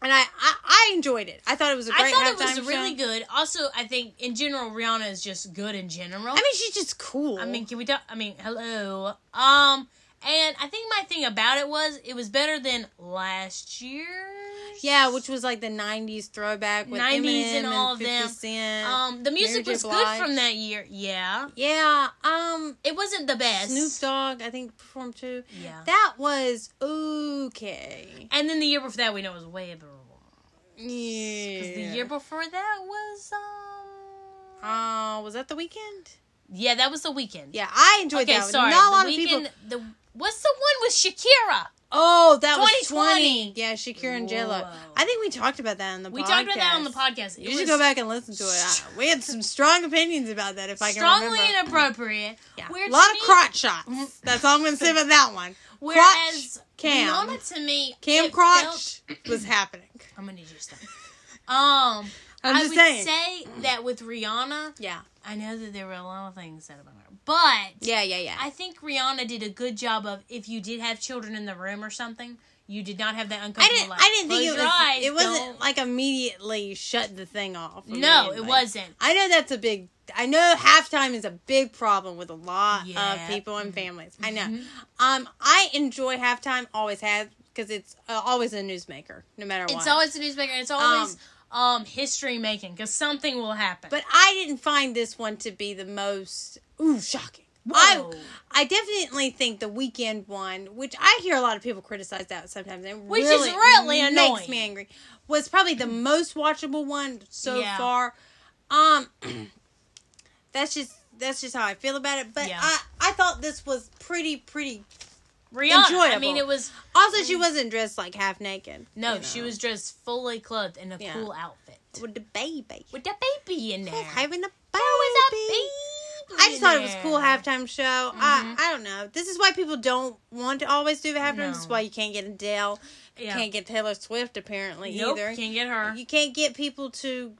S2: I, I, I enjoyed it. I thought it was a great
S1: I thought
S2: halftime
S1: it was really
S2: show.
S1: good. Also, I think in general, Rihanna is just good in general.
S2: I mean, she's just cool.
S1: I mean, can we talk? I mean, hello. Um, and I think my thing about it was it was better than last year.
S2: yeah, which was like the '90s throwback with 90s Eminem and all of 50 them. Cent.
S1: Um, the music
S2: Mary J.
S1: was
S2: Blige.
S1: good from that year. Yeah,
S2: yeah, um,
S1: it wasn't the best.
S2: Snoop Dogg I think performed too.
S1: Yeah.
S2: That was okay.
S1: and then the year before that, we know it was way better.
S2: Yeah.
S1: The year before that was um.
S2: uh, was that the weekend?
S1: Yeah, that was the weekend.
S2: Yeah, I enjoyed
S1: Okay,
S2: that. One.
S1: sorry.
S2: Not a lot
S1: the
S2: of
S1: weekend.
S2: people.
S1: The what's the one with Shakira?
S2: Oh, that was
S1: 2020.
S2: 20. Yeah, Shakira and J Lo.
S1: Whoa.
S2: I think we talked about that on the.
S1: We
S2: podcast.
S1: talked about that on the podcast. It
S2: You
S1: was
S2: should go back and listen to it. I- we had some strong opinions about that. If I can
S1: strongly
S2: remember.
S1: inappropriate.
S2: Yeah.
S1: Where
S2: a lot
S1: to
S2: of
S1: me-
S2: crotch
S1: Mm-hmm.
S2: shots. That's all I'm going to say about that one.
S1: Whereas
S2: Cam.
S1: Rihanna to me,
S2: Cam
S1: it felt-
S2: crotch
S1: <clears throat>
S2: was happening.
S1: I'm gonna need you to stop. Um,
S2: I'm
S1: I
S2: just
S1: would
S2: saying.
S1: say that with Rihanna,
S2: yeah.
S1: I know that there were a lot of things said about her, but
S2: Yeah, yeah, yeah.
S1: I think Rihanna did a good job of if you did have children in the room or something, you did not have that
S2: I
S1: uncomfortable.
S2: didn't.
S1: like,
S2: I didn't think
S1: close your
S2: it was.
S1: eyes,
S2: it wasn't
S1: don't-
S2: like immediately shut the thing off.
S1: No, it
S2: immediately.
S1: wasn't.
S2: I know that's a big. I know halftime is a big problem with a lot
S1: Yeah. Mm-hmm.
S2: of people and families. I know. Um, I enjoy halftime. Always have because it's uh, always a newsmaker, no matter what.
S1: It's always a newsmaker. It's always um, history making because something will happen.
S2: But I didn't find this one to be the most ooh, shocking.
S1: Whoa.
S2: I I definitely think the weekend one, which I hear a lot of people criticize that sometimes, and
S1: Which is
S2: really,
S1: really
S2: makes
S1: annoying.
S2: me angry, was probably the most watchable one so
S1: Yeah.
S2: far. Um, <clears throat> that's just that's just how I feel about it. But
S1: Yeah.
S2: I I thought this was pretty pretty.
S1: Rihanna. I
S2: Enjoyable.
S1: mean, it was
S2: Also, she wasn't dressed like half naked.
S1: Mm. no.
S2: you
S1: She
S2: know,
S1: was dressed fully clothed in a
S2: Yeah.
S1: cool outfit
S2: with the baby.
S1: with the baby in there.
S2: She's having a baby.
S1: was a baby.
S2: I just thought it was
S1: in
S2: cool
S1: there. Mm-hmm.
S2: halftime show. I I don't know. This is why people don't want to always do the halftime. This is
S1: No.
S2: why you can't get Adele,
S1: Yeah.
S2: can't get Taylor Swift apparently
S1: nope,
S2: either.
S1: Can't get her.
S2: You can't get people to,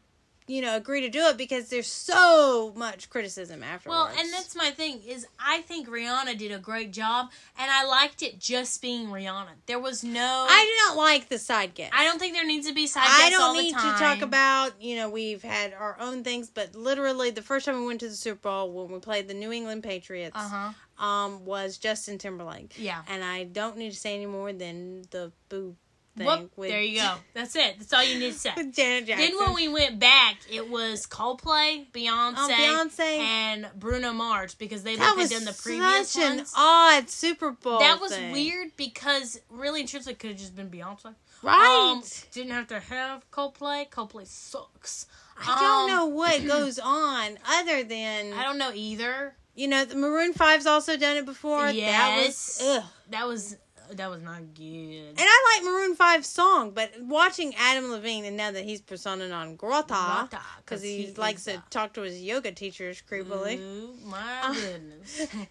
S2: you know, agree to do it because there's so much criticism afterwards.
S1: Well, and that's my thing is I think Rihanna did a great job, and I liked it just being Rihanna. There was no.
S2: I do not like the side guest.
S1: I don't think there needs to be side
S2: I
S1: guests all
S2: don't
S1: the
S2: need to
S1: time.
S2: talk about, you know, we've had our own things, but literally the first time we went to the Super Bowl when we played the New England Patriots
S1: Uh huh.
S2: um was Justin Timberlake.
S1: Yeah.
S2: And I don't need to say any more than the boo thing
S1: Whoop,
S2: with
S1: there you go. That's it. That's all you need
S2: <laughs>
S1: to say.
S2: with Janet Jackson.
S1: Then when we went back, it was Coldplay, Beyonce,
S2: Oh, Beyonce.
S1: and Bruno Mars because they
S2: that
S1: looked
S2: was
S1: done the previous
S2: such an
S1: ones.
S2: odd Super Bowl.
S1: that was
S2: thing.
S1: weird because really and truthfully could have just been Beyonce.
S2: right?
S1: Um, didn't have to have Coldplay. Coldplay sucks.
S2: I
S1: um,
S2: don't
S1: <clears throat>
S2: know what goes on other than
S1: I don't know either.
S2: you know the Maroon 5's also done it before. That
S1: Yes.
S2: was ugh.
S1: That was that was not good.
S2: And I like Maroon 5's song, but watching Adam Levine and now that he's persona non grata
S1: Rata,
S2: because he,
S1: is
S2: likes
S1: a-
S2: to talk to his yoga teachers creepily,
S1: Ooh, my
S2: <laughs> Uh,
S1: goodness. <laughs> Mm-hmm.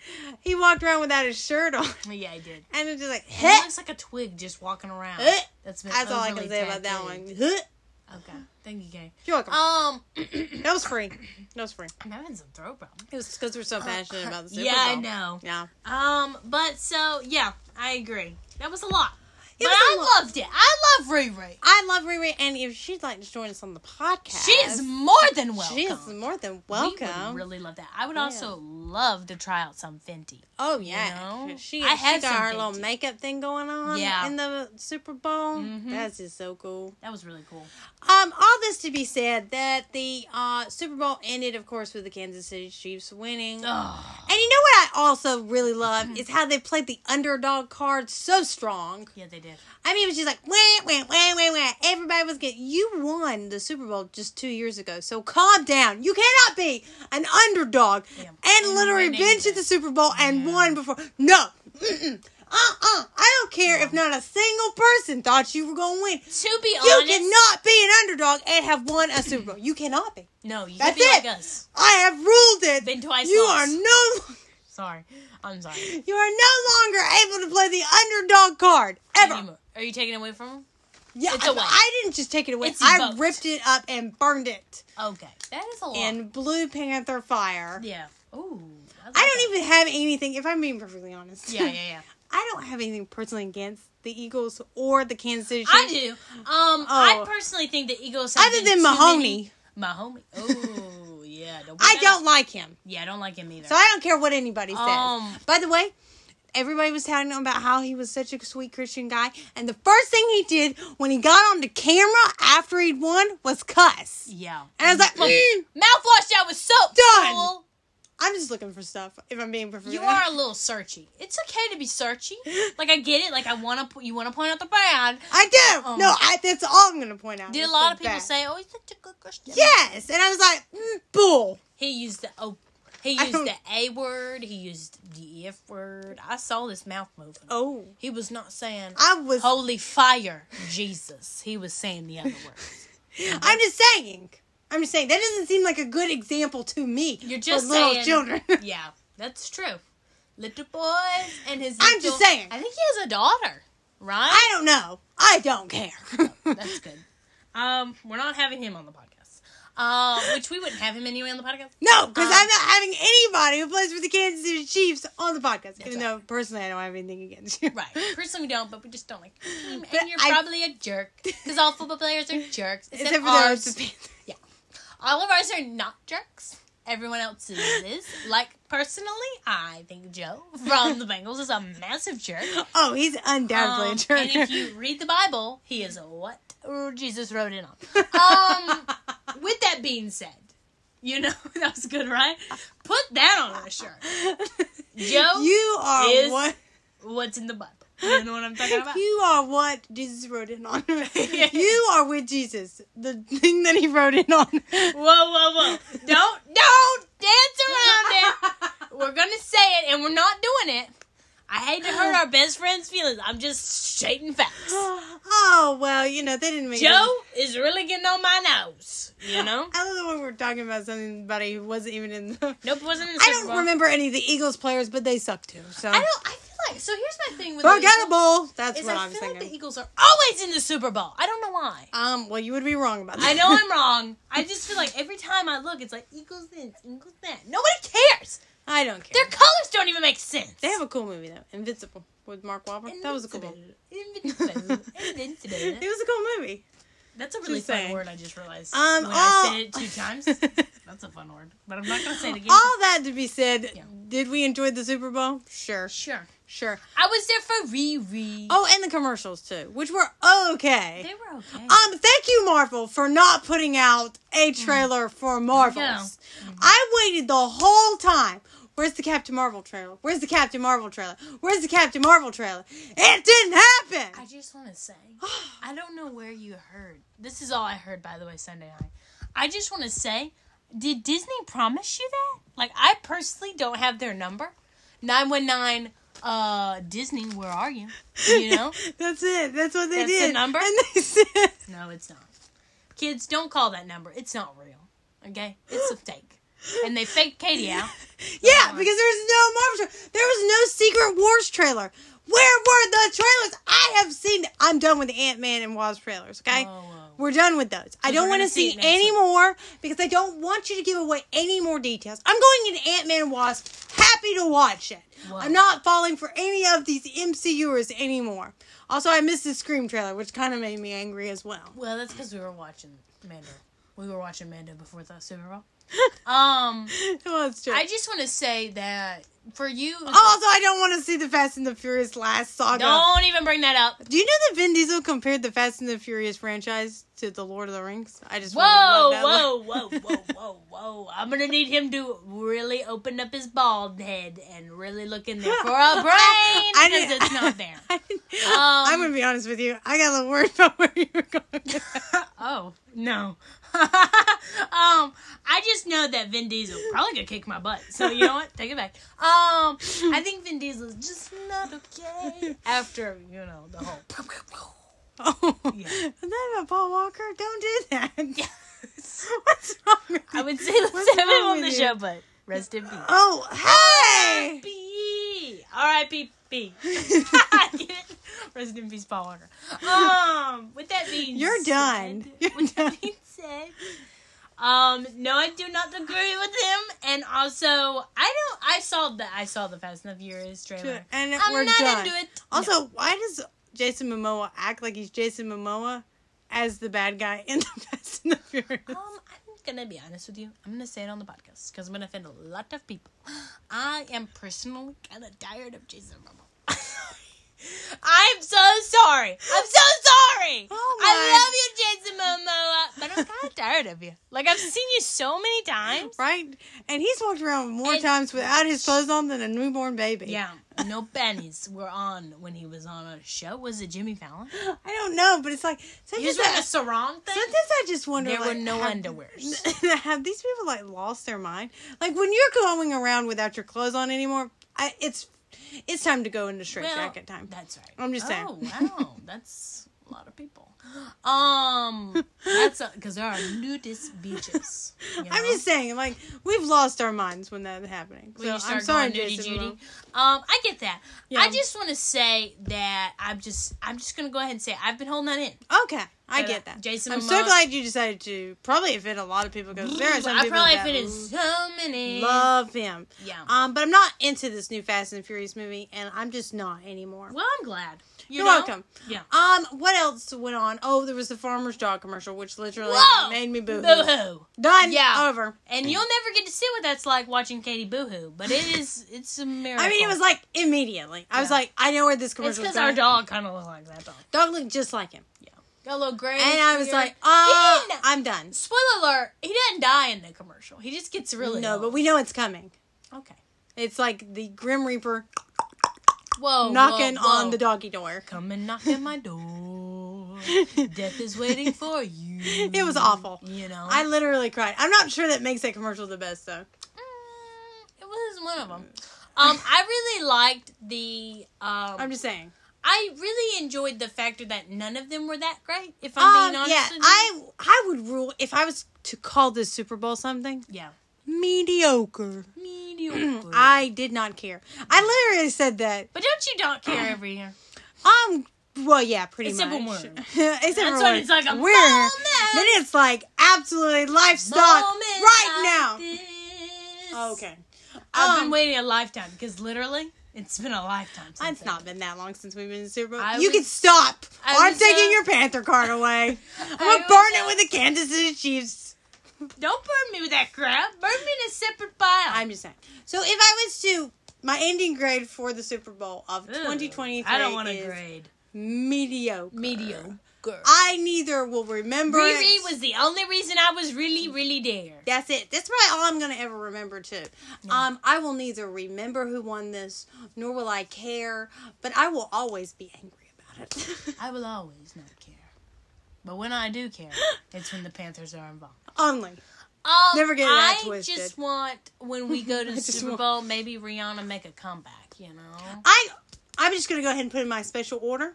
S2: he walked around without his shirt on,
S1: yeah, I did.
S2: and it's just like
S1: He
S2: heh.
S1: looks like a twig just walking around.
S2: Heh.
S1: That's been
S2: Uh, That's all I can
S1: overly
S2: say about that
S1: tattooed.
S2: one. Heh.
S1: Okay, thank you, Kay.
S2: You're welcome.
S1: Um, <clears throat>
S2: that was free. That was free.
S1: I'm having some throat problems.
S2: It was because we're so passionate
S1: <laughs>
S2: about the Super
S1: yeah, I
S2: Bowl.
S1: know.
S2: Yeah.
S1: Um, but so yeah, I agree. That was a lot,
S2: It
S1: but
S2: was a
S1: I
S2: lot.
S1: loved it. I love Riri.
S2: I love Riri, and if she'd like to join us on the podcast,
S1: She is more than welcome.
S2: she is more than
S1: We
S2: welcome.
S1: would really love that. I would also love to try out some Fenty.
S2: oh yeah,
S1: know?
S2: she
S1: I
S2: I
S1: had
S2: had got
S1: some
S2: her little
S1: Fenty.
S2: makeup thing going on
S1: Yeah.
S2: in the Super Bowl.
S1: Mhm.
S2: That's just so cool.
S1: That was really cool.
S2: Um, all this to be said that the uh, Super Bowl ended, of course, with the Kansas City Chiefs winning.
S1: Oh,
S2: And you know what I also really
S1: Mm-hmm.
S2: love is how they played the underdog card so strong.
S1: yeah, they did.
S2: I mean, it was just like, wah, wah, wah, wah, wah. Everybody was getting, you won the Super Bowl just two years ago. So calm down. You cannot be an underdog
S1: Yeah.
S2: and
S1: And
S2: literally
S1: winning
S2: been to
S1: it.
S2: the Super Bowl and
S1: Yeah.
S2: won before. No. Mm-mm. Uh-uh. I don't care if not a single person thought you were going to win.
S1: To be
S2: You
S1: honest,
S2: cannot be an underdog and have won a Super Bowl. You cannot be.
S1: no, you
S2: That's
S1: could be
S2: it.
S1: like us.
S2: I have ruled it.
S1: Been twice.
S2: you are
S1: lost.
S2: no
S1: Sorry, I'm sorry.
S2: <laughs> you are no longer able to play the underdog card ever.
S1: Anymore. Are you taking it away from him?
S2: Yeah,
S1: It's
S2: I-
S1: away.
S2: I didn't just take it away.
S1: It's
S2: I
S1: evoked.
S2: ripped it up and burned it
S1: Okay, that is a lot.
S2: in Blue Panther fire.
S1: yeah. Ooh.
S2: I don't even have anything, if I'm being perfectly honest.
S1: Yeah, yeah, yeah.
S2: <laughs> I don't have anything personally against the Eagles or the Kansas City.
S1: I
S2: Chiefs,
S1: do. Um, I
S2: Oh.
S1: personally think the Eagles. have
S2: Other
S1: been
S2: than
S1: too
S2: Mahoney,
S1: many- Mahoney. Oh yeah. we
S2: <laughs> I
S1: gotta-
S2: don't like him.
S1: Yeah, I don't like him either.
S2: So I don't care what anybody says.
S1: Um.
S2: By the way, everybody was telling him about how he was such a sweet Christian guy, and the first thing he did when he got on the camera after he'd won was cuss.
S1: yeah.
S2: And I was like, mm,
S1: Mouthwash that with soap.
S2: Done.
S1: fool.
S2: I'm just looking for stuff. If I'm being perfectly
S1: You
S2: honest.
S1: are a little searchy. It's okay to be searchy. Like I get it. Like I want to. You want to point out the bad.
S2: I do.
S1: Oh.
S2: no, I, that's all I'm going to point out.
S1: Did a
S2: It's
S1: lot
S2: the
S1: of people
S2: best.
S1: say, "Oh, he's such a good Christian"?
S2: Yes, and I was like, mm, bull.
S1: He used the oh, he
S2: I
S1: used
S2: don't-
S1: the A word. He used the F word. I saw this mouth moving.
S2: Oh,
S1: He was not saying
S2: I was.
S1: holy fire, Jesus. He was saying the other
S2: <laughs>
S1: words.
S2: I'm just saying. I'm just saying that doesn't seem like a good example to me.
S1: You're just
S2: for little
S1: saying-
S2: children. <laughs>
S1: yeah, that's true. Little boys and his.
S2: I'm
S1: little-
S2: just saying.
S1: I think he has a daughter, right?
S2: I don't know. I don't care. <laughs>
S1: That's good. Um, we're not having him on the podcast. Uh, which we wouldn't have him anyway on the podcast.
S2: No, because
S1: Um,
S2: I'm not having anybody who plays for the Kansas City Chiefs on the podcast. Even
S1: right.
S2: though personally, I don't have anything against you.
S1: Right. Personally, we don't, but we just don't like your team.
S2: But
S1: And you're
S2: I-
S1: probably a jerk. Because all football players are
S2: <laughs>
S1: jerks. Except,
S2: <laughs> Except for
S1: ours.
S2: those.
S1: All of ours are not jerks. Everyone else's is. Like, personally, I think Joe from the Bengals is a massive jerk.
S2: Oh, he's undoubtedly
S1: Um,
S2: a jerk.
S1: and if you read the Bible, he
S2: <laughs>
S1: is what Jesus wrote it on. Um, with that being said, You know, <laughs> that was good, right? Put that on a shirt. Joe
S2: <laughs> you are
S1: is-
S2: what
S1: What's in the Bible? You know what I'm talking
S2: <laughs>
S1: about?
S2: you are what Jesus wrote in on.
S1: <laughs> Yeah.
S2: You are with Jesus, the thing that he wrote in on.
S1: Whoa, whoa, whoa. Don't, don't dance around it. We're going to say it, and we're not doing it. I hate to hurt our best friend's feelings. I'm just stating
S2: <gasps>
S1: facts.
S2: <laughs>
S1: <laughs>
S2: oh well, you know they didn't make
S1: Joe is really getting on my nose, you know?
S2: I love the when we're talking about somebody who wasn't even in the.
S1: <laughs> Nope, wasn't in the
S2: I
S1: Super
S2: don't
S1: Bowl.
S2: remember any of the Eagles players, but they suck too. So
S1: I don't, I feel like, so here's my thing with the Eagles.
S2: forgettable. That's
S1: is
S2: what
S1: I
S2: I'm
S1: feel
S2: thinking.
S1: like the Eagles are always in the Super Bowl. I don't know why.
S2: um, well, you would be wrong about that.
S1: I know I'm wrong. I just feel like every time I look, it's like Eagles this, Eagles that. Nobody cares.
S2: <laughs> I don't care.
S1: Their colors don't even make sense.
S2: They have a cool movie though, Invincible with Mark Wahlberg. That was a cool movie.
S1: Invincible.
S2: <laughs> it
S1: Invincible.
S2: was a cool movie.
S1: That's a really
S2: Just
S1: fun
S2: saying.
S1: word I just realized.
S2: Um,
S1: when I
S2: all-
S1: said it
S2: <laughs>
S1: two times. That's a fun word. But I'm not going to say it again.
S2: All that to be said,
S1: Yeah.
S2: did we enjoy the Super Bowl? Sure,
S1: sure.
S2: sure.
S1: I was there for Riri.
S2: Oh, and the commercials too, which were okay.
S1: They were okay.
S2: Um, thank you, Marvel, for not putting out a
S1: Mm.
S2: trailer for Marvels. Mm-hmm. I waited the whole time. Where's the Captain Marvel trailer? Where's the Captain Marvel trailer? Where's the Captain Marvel trailer? It didn't happen.
S1: I just want to say, I don't know where you heard. This is all I heard, by the way, Sunday night. I just want to say, did Disney promise you that? Like, I personally don't have their number. 919 uh, Disney, where are you?
S2: <laughs>
S1: You know?
S2: That's it. That's what they
S1: That's the
S2: did.
S1: number?
S2: And they said,
S1: no, it's not. Kids, don't call that number. It's not real. Okay? It's a fake. And they faked Katie out.
S2: yeah, because there was no Marvel trailer. There was no Secret Wars trailer. Where were the trailers? I have seen. I'm done with the Ant Man and Wasp trailers. Okay.
S1: Whoa, whoa.
S2: We're done with those. I don't
S1: we're
S2: want
S1: Oh.
S2: to
S1: gonna see
S2: see,
S1: it next
S2: any
S1: week.
S2: more because I don't want you to give away any more details. I'm going into Ant Man and Wasp, happy to watch it.
S1: Wow.
S2: I'm not falling for any of these MCUers anymore. Also, I missed the Scream trailer, which kind of made me angry as well. <laughs>
S1: Well, that's because we were watching Mando. We were watching Mando before the Super Bowl. Um.
S2: Well, it's true.
S1: I just want to say that for you,
S2: also, I don't want to see the Fast and the Furious last saga.
S1: don't even bring that up.
S2: Do you know that Vin Diesel compared the Fast and the Furious franchise to the Lord of the Rings? I just wanna
S1: Whoa,
S2: let that lie.
S1: whoa, whoa, whoa, whoa, whoa! I'm gonna need him to really open up his bald head and really look in there for
S2: <laughs>
S1: a brain
S2: I
S1: because
S2: didn't-
S1: it's not there.
S2: <laughs> I didn't-
S1: Um,
S2: I'm gonna be honest with you. I got a little worried <laughs> about where you were going. with
S1: <laughs>
S2: that.
S1: Oh no. <laughs> um, I just know that Vin Diesel probably gonna kick my butt. So you know what? Take it back. Um, I think Vin Diesel's just not okay after you know the whole.
S2: Oh,
S1: Yeah.
S2: is that about Paul Walker? Don't do
S1: <laughs>
S2: that. What's wrong with
S1: I
S2: you?
S1: would say let's
S2: What's
S1: have him
S2: wrong
S1: on the
S2: with you?
S1: show, but rest in peace.
S2: Oh, hey!
S1: R.I.P. R.I.P.
S2: <laughs>
S1: Get it? <laughs> Rest in peace, Paul Walker. Um, with that being
S2: You're
S1: said-
S2: done. You're
S1: <laughs> with
S2: done.
S1: that being said, um, no, I do not agree with him, and also I don't. I saw the I saw the Fast and the Furious trailer.
S2: and
S1: I'm
S2: we're
S1: not
S2: done.
S1: into it.
S2: Also, why does Jason Momoa act like he's Jason Momoa as the bad guy in <laughs> the Fast and the Furious?
S1: Um, I'm gonna be honest with you. I'm gonna say it on the podcast because I'm gonna offend a lot of people. I am personally kind of tired of Jason Momoa. <laughs> I'm so sorry. I'm so sorry.
S2: Oh
S1: I love you, Jason Momoa, but I'm kind of <laughs> tired of you. Like I've seen you so many times.
S2: Right? And he's walked around more
S1: And-
S2: times without his clothes on than a newborn baby.
S1: Yeah, no pennies were on when he was on a show. Was it Jimmy Fallon?
S2: I don't know, but it's like
S1: He
S2: sometimes,
S1: was wearing
S2: I,
S1: a sarong thing.
S2: sometimes I just wonder.
S1: There were
S2: like,
S1: no
S2: how-
S1: underwears.
S2: <laughs> have these people like lost their mind? Like when you're going around without your clothes on anymore, I, it's it's time to go into straight
S1: Well,
S2: jacket time.
S1: That's right.
S2: I'm just saying.
S1: Oh wow, <laughs> that's a lot of people. Um, that's because there are nudist beaches. you
S2: I'm
S1: know?
S2: just saying, like we've lost our minds when that's happening.
S1: When
S2: so
S1: you start
S2: I'm sorry,
S1: going nudie
S2: Jason
S1: Judy.
S2: Momoa.
S1: Um, I get that. I
S2: Yeah.
S1: just want to say that I'm just I'm just gonna go ahead and say I've been holding that in.
S2: Okay, I
S1: So,
S2: get that.
S1: uh, Jason
S2: I'm
S1: Momoa-
S2: so glad you decided to probably offend a lot of people because there are some
S1: I
S2: people
S1: probably
S2: that
S1: fit in so many.
S2: love him.
S1: Yeah.
S2: Um, but I'm not into this new Fast and Furious movie, and I'm just not anymore.
S1: well, I'm glad. You
S2: You're
S1: know?
S2: welcome.
S1: Yeah.
S2: Um, what else went on? Oh, there was the farmer's dog commercial, which literally
S1: Whoa!
S2: made me boo.
S1: Boo hoo.
S2: Done.
S1: Yeah.
S2: Over.
S1: And you'll never get to see what that's like watching Katie Boo Hoo, but it is it's a miracle.
S2: I mean, it was like immediately. I was
S1: Yeah.
S2: like, I know where this
S1: it's
S2: commercial is
S1: because
S2: going.
S1: our dog kind of looks like that dog.
S2: dog looked just like him.
S1: Yeah. Got a little gray.
S2: And I was
S1: beard.
S2: like, oh,
S1: didn't-
S2: I'm done.
S1: spoiler alert, he doesn't die in the commercial. He just gets really
S2: no,
S1: old.
S2: but we know it's coming.
S1: okay.
S2: It's like the Grim Reaper
S1: Oh, Whoa,
S2: knocking
S1: whoa, whoa.
S2: on the doggy door.
S1: Come and knock at my
S2: <laughs>
S1: door. Death is waiting for you.
S2: It was awful.
S1: You know,
S2: I literally cried. I'm not sure that makes that commercial the best though.
S1: Mm, it was one of them. Um, I really liked the. Um,
S2: I'm just saying.
S1: I really enjoyed the factor that none of them were that great. If I'm
S2: Um,
S1: being honest
S2: yeah,
S1: with you.
S2: I I would rule if I was to call this Super Bowl something
S1: yeah.
S2: mediocre.
S1: Mediocre.
S2: <clears throat> I did not care. I literally said that.
S1: but don't you don't care every year?
S2: Um. Well, yeah, pretty
S1: Except when
S2: much.
S1: we're-
S2: <laughs> Except
S1: That's
S2: when
S1: when
S2: we're-
S1: it's like a
S2: we're-
S1: moment.
S2: Then it's like absolutely livestock
S1: Moment
S2: right
S1: like
S2: now. Oh,
S1: this.
S2: Okay.
S1: I've
S2: Um,
S1: been waiting a lifetime because literally it's been a lifetime. Since
S2: It's not been that long since we've been in Super Bowl.
S1: I
S2: you
S1: was-
S2: can stop.
S1: I
S2: I'm
S1: was,
S2: taking
S1: uh,
S2: your Panther card away.
S1: <laughs>
S2: I'm
S1: I
S2: gonna burn it
S1: was, uh,
S2: with the Kansas City Chiefs.
S1: Don't burn me with that crap. Burn me in a separate pile.
S2: I'm just saying. So if I was to my ending grade for the Super Bowl of
S1: Ew.
S2: 2023,
S1: I don't want
S2: is
S1: to grade.
S2: Mediocre.
S1: Mediocre.
S2: I neither will remember.
S1: Riri
S2: it.
S1: was the only reason I was really, really there.
S2: That's it. That's probably all I'm gonna ever remember too. Um, I will neither remember who won this, nor will I care. But I will always be angry
S1: <laughs>
S2: about it. <laughs>
S1: I will always not care. But when I do <gasps> care, it's when the Panthers are involved.
S2: Only.
S1: Um,
S2: Never get that
S1: I
S2: twisted.
S1: just want when we
S2: <laughs>
S1: go to the
S2: just
S1: Super
S2: want-
S1: Bowl, maybe Rihanna make a comeback. You know,
S2: I I'm just gonna go ahead and put in my special order.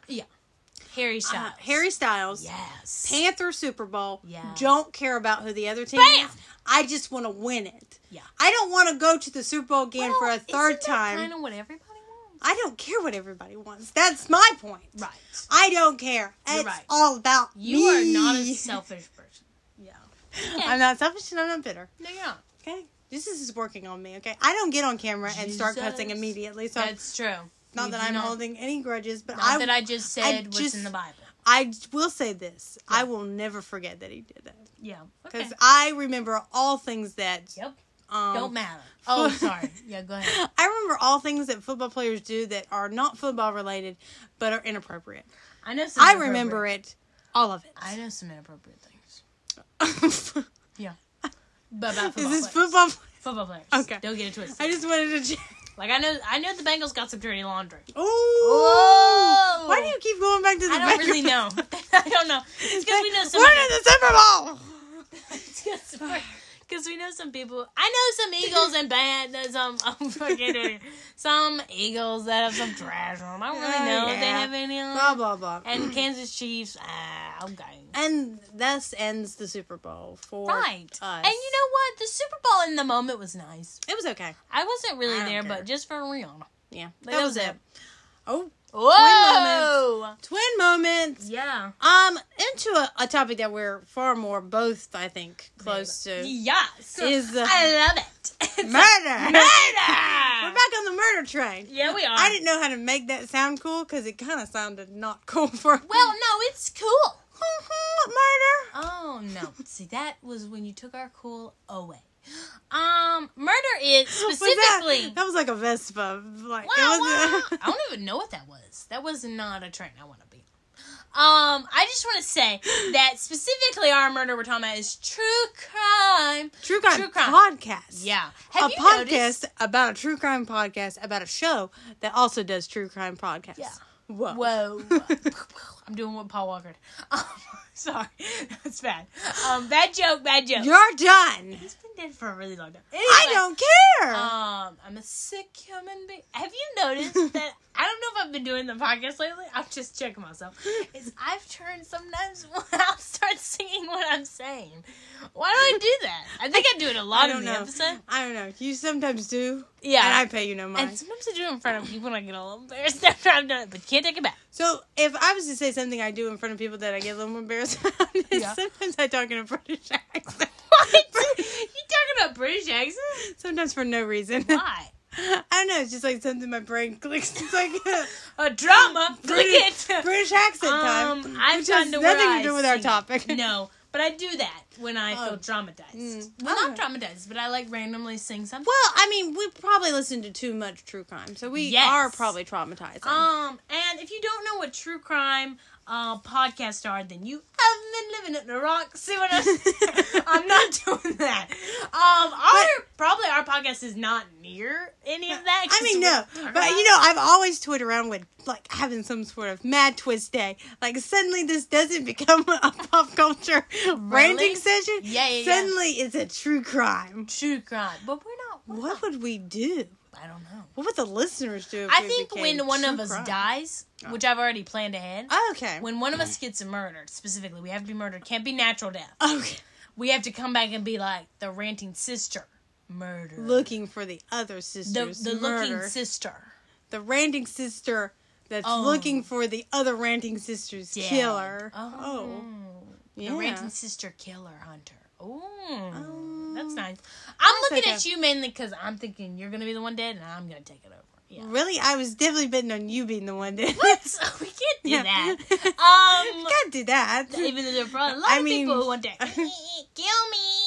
S1: Harry
S2: Uh,
S1: Styles.
S2: Harry Styles,
S1: Yes.
S2: Panther Super Bowl.
S1: Yes.
S2: Don't care about who the other team
S1: Bam!
S2: is. I just want to win it.
S1: Yeah.
S2: I don't want to go to the Super Bowl again
S1: Well,
S2: for a
S1: isn't
S2: third
S1: that
S2: time.
S1: Kind of what everybody wants.
S2: I don't care what everybody wants. That's my point.
S1: Right.
S2: I don't care.
S1: You're
S2: It's
S1: right.
S2: all about
S1: You
S2: me.
S1: are not a
S2: <laughs>
S1: selfish person. Yeah.
S2: I'm not selfish and I'm not bitter.
S1: No, you're not.
S2: Okay. This is working on me. Okay. I don't get on camera and start
S1: Jesus.
S2: cussing immediately. So
S1: That's true.
S2: not
S1: You
S2: that
S1: do
S2: I'm
S1: not-
S2: holding any grudges, but
S1: Not
S2: I,
S1: that I just said
S2: I
S1: what's
S2: just-
S1: in the Bible.
S2: I will say this. I will never forget that he did that.
S1: Yeah. Okay.
S2: Because I remember all things that
S1: Yep.
S2: um,
S1: Don't matter. <laughs>
S2: <laughs>
S1: Oh, sorry. Yeah, go ahead.
S2: I remember all things that football players do that are not football related, but are inappropriate.
S1: I know. Some
S2: I remember it, all of it. <laughs>
S1: I know some inappropriate things.
S2: Is
S1: Yeah. But about football
S2: this
S1: players.
S2: football?
S1: football players.
S2: Okay.
S1: Don't get it twisted.
S2: I just wanted to. Check.
S1: like I know, I know the Bengals got some dirty laundry.
S2: Oh,
S1: Whoa.
S2: why do you keep going back to the?
S1: I don't
S2: back-
S1: really know.
S2: <laughs>
S1: <laughs> I don't know. It's because we know
S2: We're
S1: somebody. Uh-huh.
S2: in the Super Bowl. <sighs>
S1: Because we know some people. I know some Eagles and bad. uh, Some <laughs> I'm fucking doing it. some Eagles that have some trash on. them. I don't really
S2: Oh,
S1: know if they
S2: yeah.
S1: have any on.
S2: Blah
S1: them.
S2: blah blah. <clears throat>
S1: And Kansas Chiefs. Ah, okay.
S2: And thus ends the Super Bowl for
S1: Right.
S2: us.
S1: And you know what? The Super Bowl in the moment was nice.
S2: it was okay.
S1: I wasn't really
S2: I don't
S1: there,
S2: care.
S1: but just for Rihanna.
S2: Yeah, that,
S1: That
S2: was
S1: was
S2: it.
S1: it.
S2: Oh,
S1: Whoa!
S2: twin moments.
S1: Yeah.
S2: Um, into a, a topic that we're far more both, I think, close to
S1: Yes.
S2: Is, uh,
S1: I love it. <laughs> It's
S2: murder.
S1: murder.
S2: We're back on the murder train.
S1: Yeah, we are.
S2: I didn't know how to make that sound cool because it kind of sounded not cool for
S1: Well, no, it's cool.
S2: <laughs> murder.
S1: Oh <laughs> no! See, that was when you took our cool away. <gasps> Um, murder is
S2: Was that-
S1: specifically. <laughs>
S2: that, was like a Vespa. Like
S1: Wow,
S2: it
S1: wow.
S2: wasn't.
S1: I don't even know what that was. That was not a train I want to be. on. Um, I just want to <gasps> say that specifically our murder we're talking about is true crime.
S2: <laughs> True crime,
S1: True crime.
S2: podcast.
S1: Yeah, have
S2: a
S1: you
S2: podcast
S1: noticed?
S2: about a true crime podcast about a show that also does true crime podcasts.
S1: Yeah.
S2: Whoa. <laughs>
S1: Whoa. I'm doing what Paul Walker did. <laughs> Um, sorry. That's bad. Um, bad joke, bad joke.
S2: You're done.
S1: He's been dead for a really long time.
S2: I
S1: Anyway,
S2: don't care.
S1: Um, I'm a sick human being. Have you
S2: <laughs>
S1: noticed that? I don't know if I've been doing the podcast lately. I'm just checking myself. Is I've turned sometimes <laughs> when I'll start singing what I'm saying. Why do I do that? I think I do it a lot in the episode.
S2: I don't know. You sometimes do.
S1: Yeah.
S2: And I pay you no mind.
S1: And sometimes I do it in front of people and I get all embarrassed <laughs> after I've done it, but can't take it back.
S2: so if I was to say something I do in front of people that I get a little embarrassed <laughs> about, is
S1: Yeah.
S2: sometimes I talk in a British accent.
S1: What? <laughs> you talking about British accents?
S2: sometimes for no reason.
S1: Why?
S2: <laughs> I don't know. It's just like something my brain clicks. It's like <laughs> a
S1: A drama. Mm, Click
S2: <laughs> British,
S1: it.
S2: British accent time.
S1: Um, I've
S2: which has
S1: gotten to where
S2: nothing to
S1: I
S2: do with our
S1: sing.
S2: topic.
S1: No, but I do that when I
S2: Oh.
S1: feel traumatized.
S2: Mm.
S1: Well,
S2: Oh.
S1: not traumatized, but I like randomly sing something.
S2: <laughs> Well, I mean, we probably listen to too much true crime, so we
S1: Yes.
S2: <laughs> are probably traumatized.
S1: Um, and if you don't know what true crime uh, podcast star, then you have been living at the rock. See what I'm
S2: <laughs>
S1: I'm not doing that. Um, our probably our podcast is not near any of that.
S2: I
S1: 'cause
S2: mean, no,
S1: we're-
S2: but you know, I've always toyed around with like having some sort of mad twist day. Like suddenly, this doesn't <laughs> become a pop culture ranting session.
S1: Yeah, yeah, yeah.
S2: Suddenly, it's a true crime.
S1: true crime, but we're not. we're
S2: What would we do?
S1: not- I don't know.
S2: What would the listeners do? If
S1: I
S2: it
S1: think
S2: became
S1: when one
S2: true
S1: of us
S2: crime? Ah.
S1: dies, which I've already planned ahead,
S2: okay, Mm.
S1: when one of us gets murdered, specifically, we have to be murdered. Can't be natural death.
S2: okay,
S1: We have to come back and be like the ranting sister, murder.
S2: looking for the other
S1: the
S2: sister's
S1: the
S2: murder.
S1: looking sister.
S2: the ranting sister that's
S1: Oh.
S2: looking for the other ranting sister's
S1: dead.
S2: killer.
S1: Oh,
S2: yeah.
S1: the ranting sister killer hunter.
S2: Um,
S1: Oh, that's nice. I'm looking
S2: okay.
S1: at you mainly because I'm thinking you're gonna be the one dead, and I'm gonna take it over.
S2: <laughs>
S1: Yeah.
S2: Oh. Really, I was definitely betting on you being the one that.
S1: So <laughs> we can't do
S2: Yeah. <laughs>
S1: that. Um,
S2: Can't do that.
S1: <laughs> even though there are probably a lot
S2: I
S1: of
S2: mean-
S1: people who
S2: <laughs>
S1: want to kill me.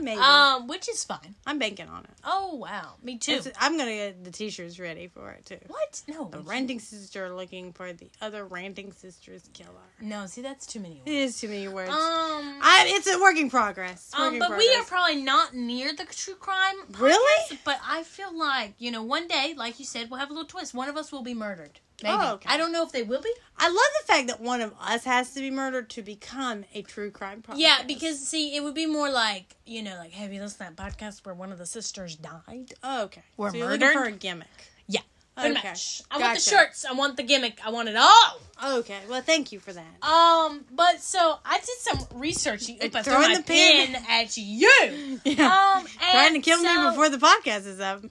S2: Maybe.
S1: Um, which is fine.
S2: I'm banking on it.
S1: Oh wow, me too.
S2: It's- I'm gonna get the t-shirts ready for it too.
S1: what? No,
S2: The
S1: we
S2: ranting sister looking for the other ranting sister's killer.
S1: can't- no. See, that's too many.
S2: It
S1: Words.
S2: is too many words.
S1: Um,
S2: I, it's a work in progress. Work
S1: um,
S2: in
S1: but we are
S2: progress.
S1: probably not near the true crime. podcast,
S2: Really?
S1: But I feel like you know, one day, like you said, we'll have a little twist. One of us will be murdered. Maybe
S2: Oh, okay.
S1: I don't know if they will be.
S2: I love the fact that one of us has to be murdered to become a true crime podcast.
S1: Yeah, because see, it would be more like you know, like have you listened to that podcast where one of the sisters died?
S2: Oh, okay,
S1: We're
S2: so you're looking
S1: murdered?
S2: for a gimmick.
S1: Yeah, pretty
S2: Okay.
S1: much. I want the
S2: Gotcha.
S1: shirts. I want the gimmick. I want it all.
S2: Okay, well, thank you for that.
S1: <laughs> Um, but so I did some research. You, oop, I threw
S2: throwing
S1: my
S2: the
S1: pin
S2: pin.
S1: at you.
S2: Yeah.
S1: Um,
S2: <laughs>
S1: and
S2: Trying to kill
S1: so,
S2: me before the podcast is up.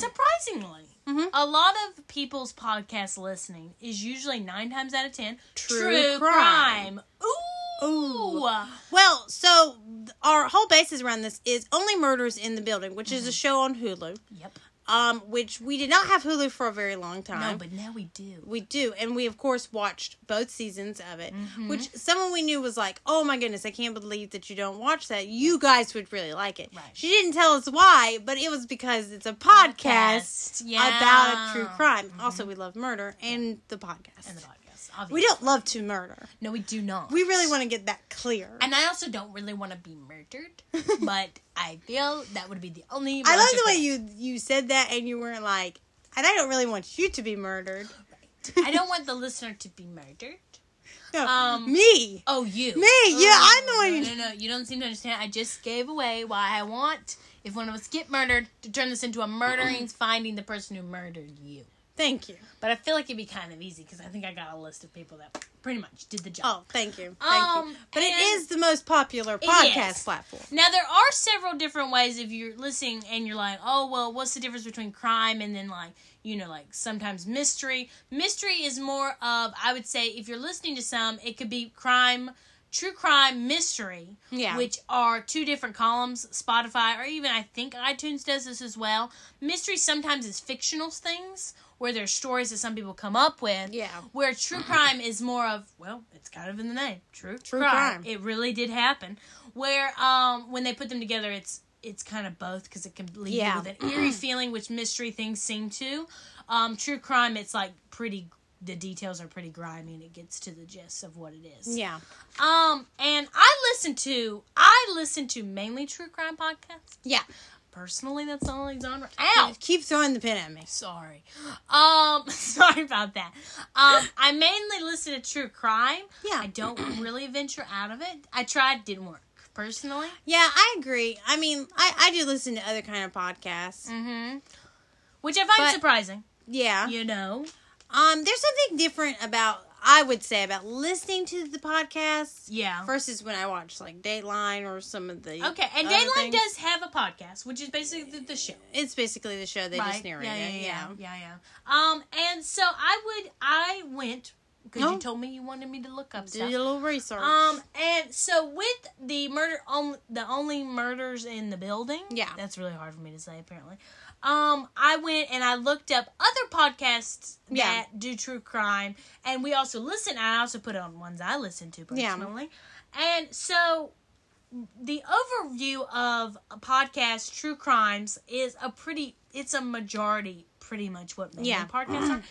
S1: Surprisingly,
S2: Mhm.
S1: a lot of people's podcast listening is usually nine times out of ten
S2: True
S1: crime.
S2: crime.
S1: Ooh.
S2: Ooh. Well, so th- our whole basis around this is only murders in the building, which
S1: Mm-hmm.
S2: is a show on Hulu,
S1: Yep.
S2: um, which we did not have Hulu for a very long time.
S1: No, but now we do.
S2: we do, and we of course watched both seasons of it.
S1: Mm-hmm.
S2: Which someone we knew was like, "Oh my goodness, I can't believe that you don't watch that. You guys would really like it."
S1: Right.
S2: She didn't tell us why, but it was because it's a podcast,
S1: Yeah. Mm-hmm.
S2: about a true crime. Also, we love murder and the podcast.
S1: And the podcast. Obviously.
S2: we don't love to murder.
S1: No, we do not.
S2: We really want to get that clear.
S1: And I also don't really want to be
S2: <laughs>
S1: murdered, but I feel that would be the only.
S2: I love the
S1: logical-
S2: way you you said that, and you weren't like, and I don't really want you to be murdered. <laughs>
S1: I don't want the listener to be murdered.
S2: No,
S1: Um,
S2: me.
S1: Oh, you.
S2: Me, yeah, I'm the one
S1: Oh, No,
S2: who-
S1: no, no, you don't seem to understand. I just gave away why I want, if one of us get murdered, to turn this into a murdering, finding the person who murdered you.
S2: Thank you.
S1: But I feel like it'd be kind of easy because I think I got a list of people that pretty much did the job.
S2: Oh, thank you. Thank
S1: Um,
S2: you. But it
S1: and-
S2: is the most popular
S1: is.
S2: podcast platform.
S1: Now there are several different ways if you're listening and you're like, oh well, what's the difference between crime and then like you know like sometimes mystery. Mystery is more of I would say if you're listening to some, it could be crime, true crime, mystery,
S2: Yeah.
S1: which are two different columns. Spotify or even I think iTunes does this as well. Mystery sometimes is fictional things where there's stories that some people come up with.
S2: Yeah.
S1: Where true crime is more of well, it's kind of in the name, true
S2: True crime.
S1: It really did happen. Where um when they put them together, it's it's kind of both because it can leave you
S2: Yeah.
S1: with an eerie feeling, which mystery things seem to. Um, true crime, it's like pretty. The details are pretty grimy, and it gets to the gist of what it is.
S2: Yeah.
S1: Um, and I listen to I listen to mainly true crime podcasts.
S2: Yeah.
S1: Personally, that's the only genre. Ow.
S2: Keep throwing the pin at me.
S1: Sorry. Um, <laughs> sorry about that. Um, I mainly listen to true crime.
S2: Yeah.
S1: I don't
S2: <clears throat>
S1: really venture out of it. I tried, didn't work. Personally.
S2: Yeah, I agree. I mean, I, I do listen to other kind of podcasts.
S1: Mm-hmm. Which I find
S2: But-
S1: surprising.
S2: Yeah.
S1: You know.
S2: Um, there's something different about I would say about listening to the podcast
S1: Yeah.
S2: versus when I watch like Dateline or some of the
S1: okay. And
S2: other
S1: Dateline
S2: things.
S1: does have a podcast, which is basically the, the show.
S2: It's basically the show they just narrate
S1: yeah,
S2: it.
S1: yeah, yeah, yeah, yeah. Um, and so I would, I went because you
S2: Oh.
S1: told me you wanted me to look up
S2: Did a
S1: stuff.
S2: little research.
S1: Um, and so with the murder, on the only murders in the building.
S2: Yeah.
S1: that's really hard for me to say. Apparently, um, I went and I looked up other podcasts that
S2: Yeah.
S1: do true crime, and we also listen. I also put on ones I listen to
S2: Yeah.
S1: personally, and so the overview of a podcast true crimes is a pretty. It's a majority, pretty much what mainly
S2: Yeah.
S1: podcasts are.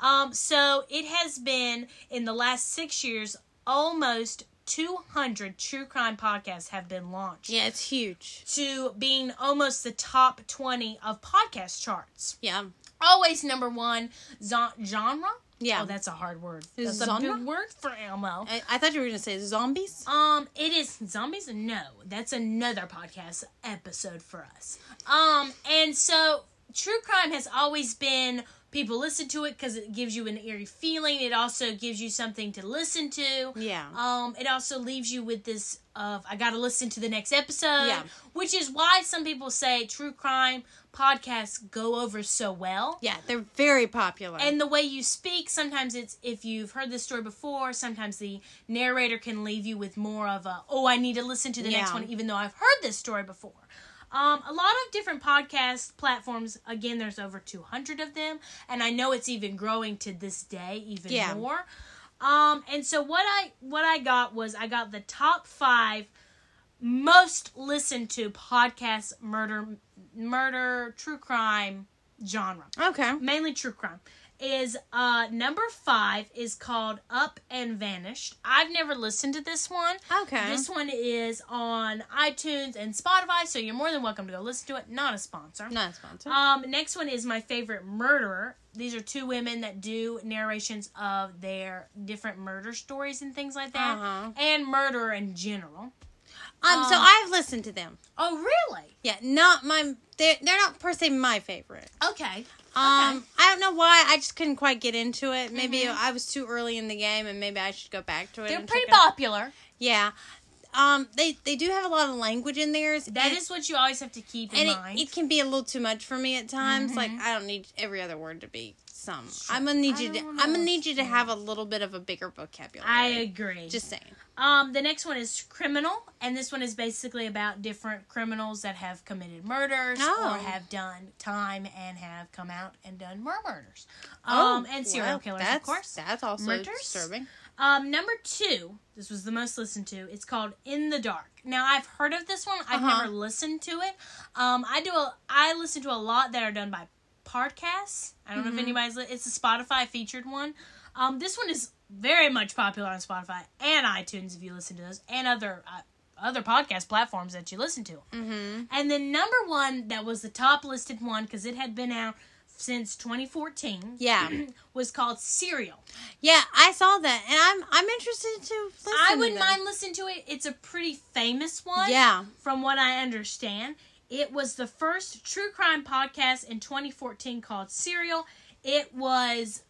S1: Um, so it has been in the last six years almost 200 true crime podcasts have been launched.
S2: Yeah, it's huge.
S1: To being almost the top 20 of podcast charts.
S2: Yeah.
S1: Always number one zo- genre.
S2: Yeah.
S1: Oh, that's a hard word.
S2: Is
S1: That's a
S2: genre?
S1: big word for Elmo.
S2: I, I thought you were going to say zombies.
S1: Um, it is zombies. No, that's another podcast episode for us. Um, and so true crime has always been people listen to it because it gives you an eerie feeling. It also gives you something to listen to.
S2: Yeah.
S1: Um, it also leaves you with this of I gotta listen to the next episode.
S2: Yeah.
S1: Which is why some people say true crime podcasts go over so well.
S2: Yeah, they're very popular.
S1: And the way you speak, sometimes it's if you've heard this story before, sometimes the narrator can leave you with more of a, oh, I need to listen to the next
S2: Yeah.
S1: one, even though I've heard this story before. Um, a lot of different podcast platforms, again, there's over 200 of them, and I know it's even growing to this day even
S2: Yeah.
S1: more. Um, and so what I what I got was I got the top five most listened to podcasts murder murder true crime genre
S2: okay.
S1: mainly true crime is uh number five is called up and vanished i've never listened to this one
S2: Okay.
S1: this one is on itunes and spotify so you're more than welcome to go listen to it not a sponsor
S2: Not a sponsor.
S1: um next one is my favorite murderer these are two women that do narrations of their different murder stories and things like that
S2: Uh-huh.
S1: and murder in general
S2: um, so
S1: um,
S2: I've listened to them.
S1: oh really
S2: Yeah, not my. They're, they're not per se my favorite.
S1: okay
S2: Um, I don't know why. I just couldn't quite get into it. Maybe I was too early in the game, and maybe I should go back to it.
S1: they're
S2: and
S1: pretty
S2: check out-
S1: popular
S2: Yeah. Um, they they do have a lot of language in theirs.
S1: That
S2: and-
S1: is what you always have to keep in
S2: and
S1: mind
S2: it, it can be a little too much for me at times. Like I don't need every other word to be some. I'm gonna need
S1: Mm-hmm. I
S2: you to.
S1: don't
S2: I'm gonna need you to
S1: understand.
S2: have a little bit of a bigger vocabulary.
S1: i agree
S2: just saying.
S1: Um, the next one is criminal, and this one is basically about different criminals that have committed murders
S2: Oh.
S1: or have done time and have come out and done more murders.
S2: Oh,
S1: Um, and serial
S2: well,
S1: killers,
S2: that's,
S1: of course.
S2: That's also
S1: Murders.
S2: disturbing.
S1: Um, number two, this was the most listened to. It's called In the Dark. Now I've heard of this one. I've
S2: Uh-huh.
S1: never listened to it. Um, I do a, I listen to a lot that are done by podcasts. I
S2: Mm-hmm.
S1: don't know if anybody's. Li- it's a Spotify featured one. Um, this one is very much popular on Spotify and iTunes if you listen to those and other. Uh, other podcast platforms that you listen to.
S2: Mm-hmm.
S1: And then number one that was the top listed one because it had been out since 2014
S2: Yeah,
S1: was called Serial.
S2: <clears throat> yeah. I saw that, and I'm I'm interested to listen.
S1: I
S2: to
S1: wouldn't
S2: them.
S1: mind listening to it. It's a pretty famous one.
S2: Yeah.
S1: From what I understand, it was the first true crime podcast in 2014 called Serial. It was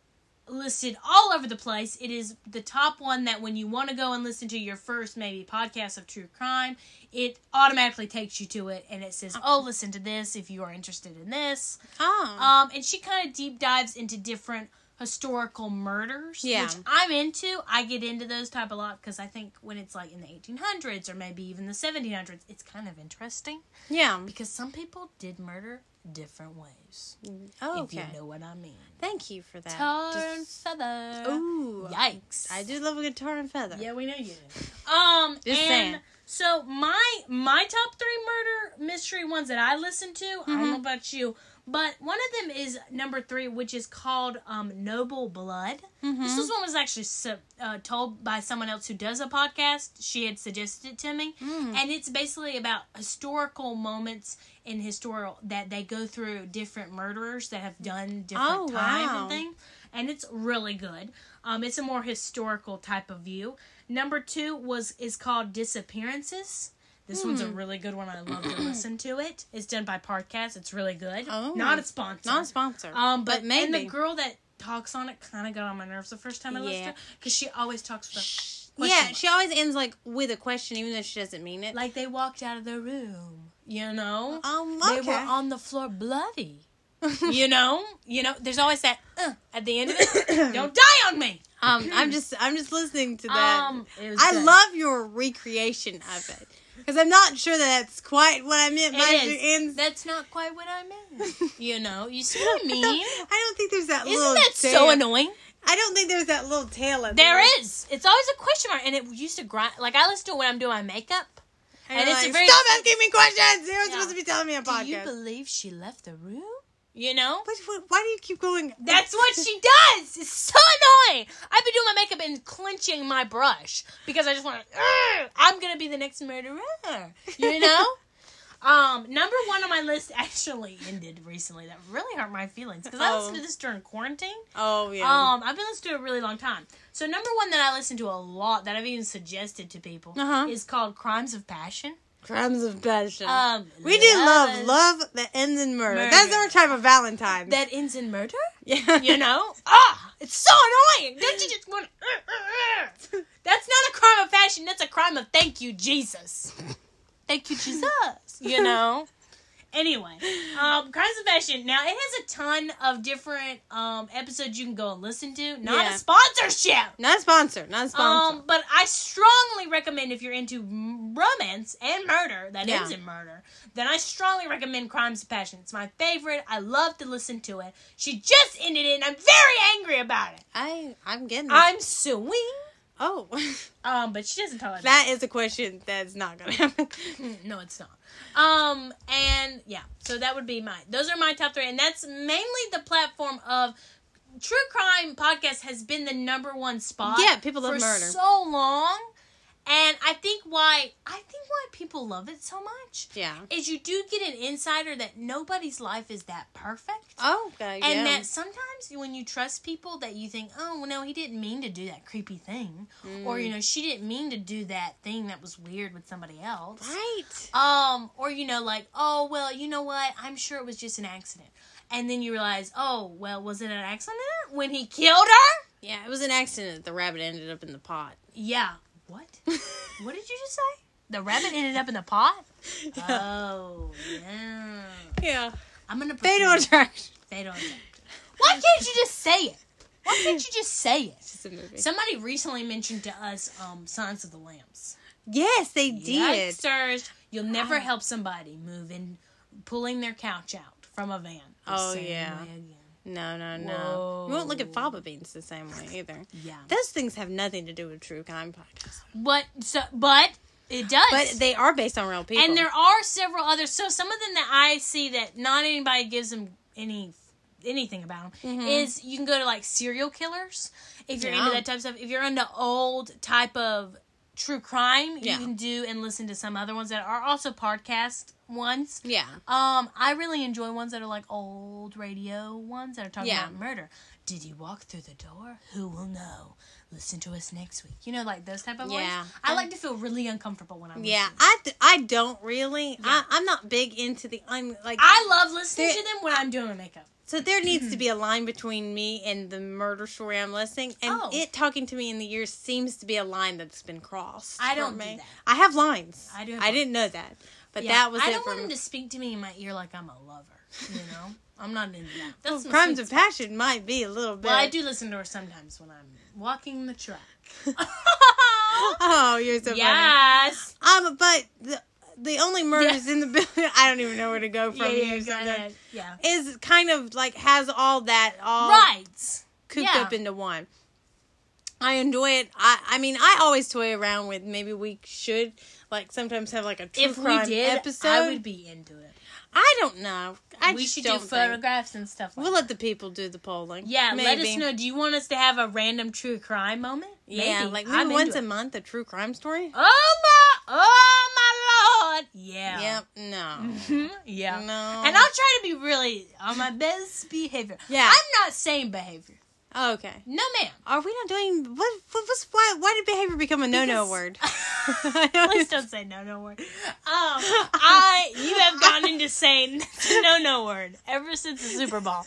S1: listed all over the place. It is the top one that when you want to go and listen to your first maybe podcast of true crime, it automatically takes you to it and it
S2: Uh,
S1: says, "Oh, listen to this if you are interested in this."
S2: Oh,
S1: Um, and she kind of deep dives into different historical murders,
S2: Yeah.
S1: which I'm into. I get into those type a lot because I think when it's like in the 1800s or maybe even the 1700s, it's kind of interesting
S2: yeah.
S1: because some people did murder different ways.
S2: Oh,
S1: If
S2: okay.
S1: you know what I mean.
S2: Thank you for that.
S1: Tar and
S2: Just-
S1: feather.
S2: Ooh,
S1: Yikes!
S2: I do love a guitar and feather.
S1: Yeah, we know you. do. Um,
S2: Just
S1: and
S2: saying.
S1: so my my top three murder mystery ones that I listen to. I
S2: Mm-hmm.
S1: don't know about you, but one of them is number three, which is called um, Noble Blood.
S2: Mm-hmm.
S1: This was one was actually su- uh, told by someone else who does a podcast. She had suggested it to me,
S2: Mm.
S1: and it's basically about historical moments in historical that they go through different murderers that have done different
S2: Oh,
S1: times
S2: wow.
S1: and things and it's really good. Um, it's a more historical type of view. Number two was is called Disappearances. This one's
S2: Hmm.
S1: a really good one. I love to listen to it. It's done by Podcast. It's really good.
S2: Oh.
S1: Not a sponsor.
S2: Not a sponsor.
S1: Um, but,
S2: but maybe.
S1: and the girl that talks on it kind of got on my nerves the first time I listened
S2: Yeah.
S1: to it because she always talks with a question
S2: yeah,
S1: mark.
S2: she always ends like with a question, even though she doesn't mean it.
S1: like they walked out of the room. You know,
S2: um,
S1: they were on the floor bloody.
S2: <laughs>
S1: you know, you know. There's always that uh, at the end of
S2: <coughs>
S1: it. Don't die on me.
S2: um, I'm just, I'm just listening to that.
S1: Um, it was
S2: I
S1: good.
S2: love your recreation of it because I'm not sure that that's quite what I meant by
S1: It
S2: the
S1: is.
S2: ends. <laughs>
S1: That's not quite what I meant. you know, you see what I
S2: I
S1: mean?
S2: don't, I don't think there's that little.
S1: Isn't that
S2: tail.
S1: so annoying?
S2: I don't think there's that little tail. at the
S1: There
S2: end.
S1: is. It's always a question mark, and it used to grind. Like I listen to it when I'm doing my makeup.
S2: And,
S1: And
S2: you're
S1: it's a
S2: like,
S1: very-
S2: stop asking me questions. You're
S1: Yeah.
S2: supposed to be telling me a
S1: Do you
S2: podcast.
S1: believe she left the room? You know?
S2: What, what, why do you keep going?
S1: <laughs> That's what she does. It's so annoying. I've been doing my makeup and clenching my brush because I just want to. I'm gonna be the next murderer.
S2: <laughs>
S1: You know. um, number one on my list actually ended recently. That really hurt my feelings because I
S2: Oh.
S1: listened to this during quarantine.
S2: <laughs> Oh yeah.
S1: Um, I've been listening to it a really long time. So number one that I listen to a lot that I've even suggested to people
S2: Uh-huh.
S1: is called "Crimes of Passion."
S2: Crimes of passion.
S1: Um,
S2: we do love
S1: is-
S2: love that ends in murder.
S1: Murder.
S2: That's our type of Valentine.
S1: that ends in murder.
S2: <laughs> yeah.
S1: You know? Ah, it's so annoying. Don't you just want <laughs> to? That's not a crime of passion. That's a crime of thank you, Jesus. Thank you, Jesus. You know? Anyway, um, Crimes of Passion. Now, it has a ton of different um, episodes you can go and listen to. Not
S2: Yeah.
S1: a sponsorship.
S2: <laughs> Not a sponsor. Not a sponsor.
S1: Um, but I strongly recommend if you're into m- romance and murder, that
S2: Yeah.
S1: ends in murder, then I strongly recommend Crimes of Passion. It's my favorite. I love to listen to it. She just ended it, and I'm very angry about it.
S2: I I'm getting. It.
S1: I'm suing.
S2: oh, <laughs>
S1: Um, but she doesn't tell us.
S2: that is a question that's not gonna happen.
S1: Mm, <clears throat> No, it's not. Um, and yeah, so that would be my. Those are my top three, and that's mainly the platform of true crime podcast has been the number one spot.
S2: Yeah, people love
S1: for
S2: murder.
S1: so long, and I think why I think why people love it so much
S2: <laughs> yeah.
S1: is you do get an insider that nobody's life is that perfect.
S2: Oh, okay.
S1: And
S2: yeah.
S1: that sometimes when you trust people that you think, oh well, no, he didn't mean to do that creepy thing, or
S2: Mm.
S1: you know, she didn't mean to do that thing that was weird with somebody else,
S2: right.
S1: um, or you know, like, oh well, you know what? I'm sure it was just an accident. And then you realize, oh well, was it an accident when he killed her?
S2: Yeah, it was an accident. The rabbit ended up in the pot. <laughs>
S1: Yeah. What? what did you just say? The rabbit ended up in the pot.
S2: yeah.
S1: <laughs> Oh yeah.
S2: yeah.
S1: I'm gonna pretend.
S2: <laughs> Fatal attraction.
S1: Fatal attraction. Why can't you just say it? Why can't you just say it?
S2: It's a movie.
S1: Somebody recently mentioned to us um, Science of the Lambs.
S2: yes, they did.
S1: Yikesers. You'll never
S2: Oh.
S1: help somebody moving, pulling their couch out from a van. The
S2: Oh,
S1: same
S2: yeah.
S1: way again.
S2: No, no, no. You won't look at faba beans the same way either.
S1: Yeah.
S2: <laughs> Those things have nothing to do with true crime <laughs> podcasts,
S1: But so, but it does.
S2: but they are based on real people.
S1: and there are several others. So some of them that I see that not anybody gives them any anything about them is you can go to like serial killers if you're into
S2: Mm-hmm. Yeah.
S1: that type of stuff. If you're into old type of true crime,
S2: Yeah.
S1: you can do and listen to some other ones that are also podcast ones.
S2: yeah,
S1: Um, I really enjoy ones that are like old radio ones that are talking
S2: Yeah.
S1: about murder. Did he walk through the door? Who will know? Listen to us next week. You know, like those type of
S2: Yeah.
S1: ones. I like to feel really uncomfortable when I'm
S2: yeah.
S1: listening.
S2: I, d- I don't really. I, I'm not big into the. I'm like.
S1: I love listening
S2: There-
S1: to them when I'm doing my makeup.
S2: so there needs
S1: Mm-hmm.
S2: to be a line between me and the murder story I'm listening, and
S1: Oh.
S2: it talking to me in the ears seems to be a line that's been crossed.
S1: I
S2: for
S1: don't do
S2: me.
S1: that.
S2: I have lines.
S1: I do have
S2: I didn't know that, but
S1: Yeah.
S2: that was
S1: I
S2: it
S1: don't
S2: for
S1: want them
S2: me.
S1: to speak to me in my ear like I'm a lover. You
S2: <laughs>
S1: know, I'm not into that. That's my
S2: Crimes
S1: sweet
S2: of
S1: spot.
S2: passion might be a little bit.
S1: Well, I do listen to her sometimes when I'm walking the track.
S2: <laughs>
S1: <laughs>
S2: Oh, you're so funny.
S1: yes.
S2: Um, but the the only murders in the building, <laughs> I don't even know where to go from
S1: <laughs> Yeah, yeah,
S2: here. so
S1: yeah,
S2: that-
S1: yeah.
S2: Is kind of like has all that all
S1: Right.
S2: cooped
S1: yeah.
S2: up into one. I enjoy it. I I mean, I always toy around with maybe we should like sometimes have like a true
S1: If we
S2: crime
S1: did,
S2: episode.
S1: I would be into it.
S2: I don't know. I
S1: we
S2: just
S1: should do
S2: don't think.
S1: photographs and stuff. Like
S2: We'll
S1: that.
S2: let the people do the polling.
S1: yeah, let us
S2: Maybe.
S1: know. Do you want us to have a random true crime moment?
S2: Yeah, like maybe
S1: I'm into
S2: once a
S1: it.
S2: month a true crime story.
S1: Oh my, oh my lord. Yeah.
S2: Yep. No.
S1: Mhm, <laughs> yeah.
S2: No.
S1: And I'll try to be really on my best behavior.
S2: Yeah.
S1: I'm not sane behavior.
S2: okay.
S1: No, ma'am.
S2: Are we not doing what? What was why? Why did behavior become a no-no
S1: Because-
S2: word?
S1: <laughs>
S2: <laughs>
S1: Please don't say no no word. Um, I you have gone into saying <laughs> no no word ever since the Super Bowl.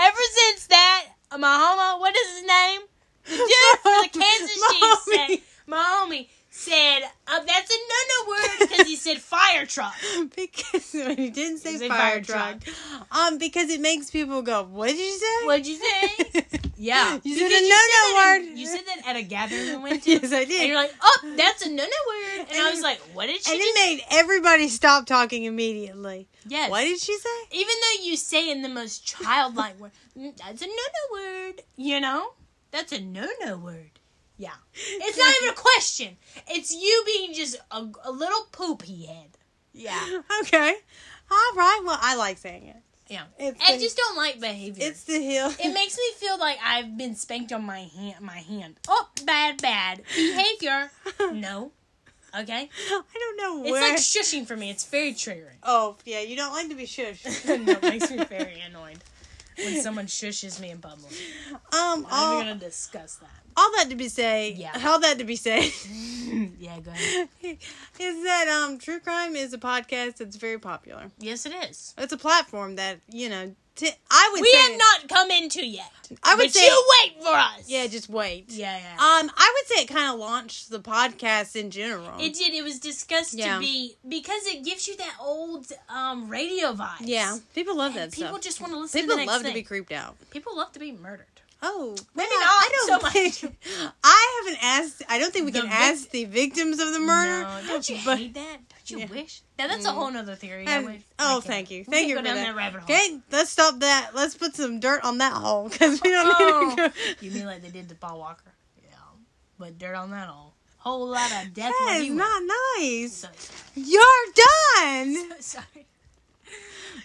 S1: Ever since that, my homo, what is his name? The dude for the Kansas Chiefs said,
S2: Mahomey.
S1: my homie said, uh, that's a no no word because he said fire truck.
S2: <laughs> because when you didn't say
S1: You said fire
S2: fire, truck, um, because it makes people go, "What did you say?"
S1: What'd you say?
S2: <laughs>
S1: Yeah.
S2: You said
S1: Because
S2: a
S1: said
S2: no-no
S1: that
S2: word.
S1: in- you said that at a gathering we went to.
S2: yes, I
S1: And
S2: did.
S1: you're like, oh, that's a no no word. And I was like, what did she
S2: and
S1: do?
S2: it made everybody stop talking immediately.
S1: Yes.
S2: What did she say?
S1: even though you say in the most childlike word, "Mm, that's a no-no word. You know, that's a no-no word. Yeah, it's not
S2: <laughs>
S1: even a question. It's you being just a, a little poopy head. Yeah,
S2: Okay. All right. Well, I like saying it.
S1: Yeah.
S2: It's
S1: I
S2: the-
S1: just don't like behavior.
S2: It's the hill.
S1: it makes me feel like I've been spanked on my hand. My hand. Oh, bad, bad behavior. No. Okay.
S2: <laughs> I don't know
S1: It's
S2: where.
S1: like shushing for me. It's very triggering. <laughs>
S2: oh yeah, you don't like to be shushed.
S1: that makes me very annoyed when someone shushes me in public.
S2: <laughs> Um,
S1: I'm
S2: all,
S1: gonna discuss that.
S2: all that to be said.
S1: Yeah.
S2: All that to be said. <laughs> Oh. <clears throat>
S1: yeah, go ahead.
S2: is that um true crime is a podcast that's very popular.
S1: Yes, it is.
S2: It's a platform that you know. T- I would.
S1: We
S2: say,
S1: have not come into yet.
S2: I would
S1: but
S2: say.
S1: you wait for us.
S2: yeah, just wait.
S1: yeah, yeah.
S2: Um, I would say it kind of launched the podcast in general.
S1: It did. It was discussed
S2: Yeah.
S1: to be because it gives you that old um, radio vibe.
S2: yeah, people love that
S1: and people
S2: stuff.
S1: just want to listen
S2: people
S1: to the next
S2: love
S1: thing.
S2: to be creeped out.
S1: people love to be murdered.
S2: Oh,
S1: Maybe
S2: well,
S1: not so much.
S2: think- <laughs> I haven't asked. I don't think we
S1: The
S2: can
S1: vic-
S2: ask the victims of the murder.
S1: No, don't you
S2: but-
S1: hate that? Don't you
S2: Yeah.
S1: wish? Now that's a whole nother theory. I
S2: And-
S1: wish- I
S2: oh,
S1: can't.
S2: thank you,
S1: We
S2: thank
S1: can't
S2: you
S1: go
S2: for
S1: down
S2: that.
S1: that rabbit hole.
S2: Okay, let's stop that. Let's put some dirt on that hole because we <laughs> don't
S1: Oh.
S2: need to go.
S1: You mean like they did to Paul Walker? Yeah, but dirt on that hole. Whole lot of death.
S2: That
S1: when
S2: is
S1: he went.
S2: not nice.
S1: So,
S2: You're
S1: <laughs>
S2: done.
S1: sorry.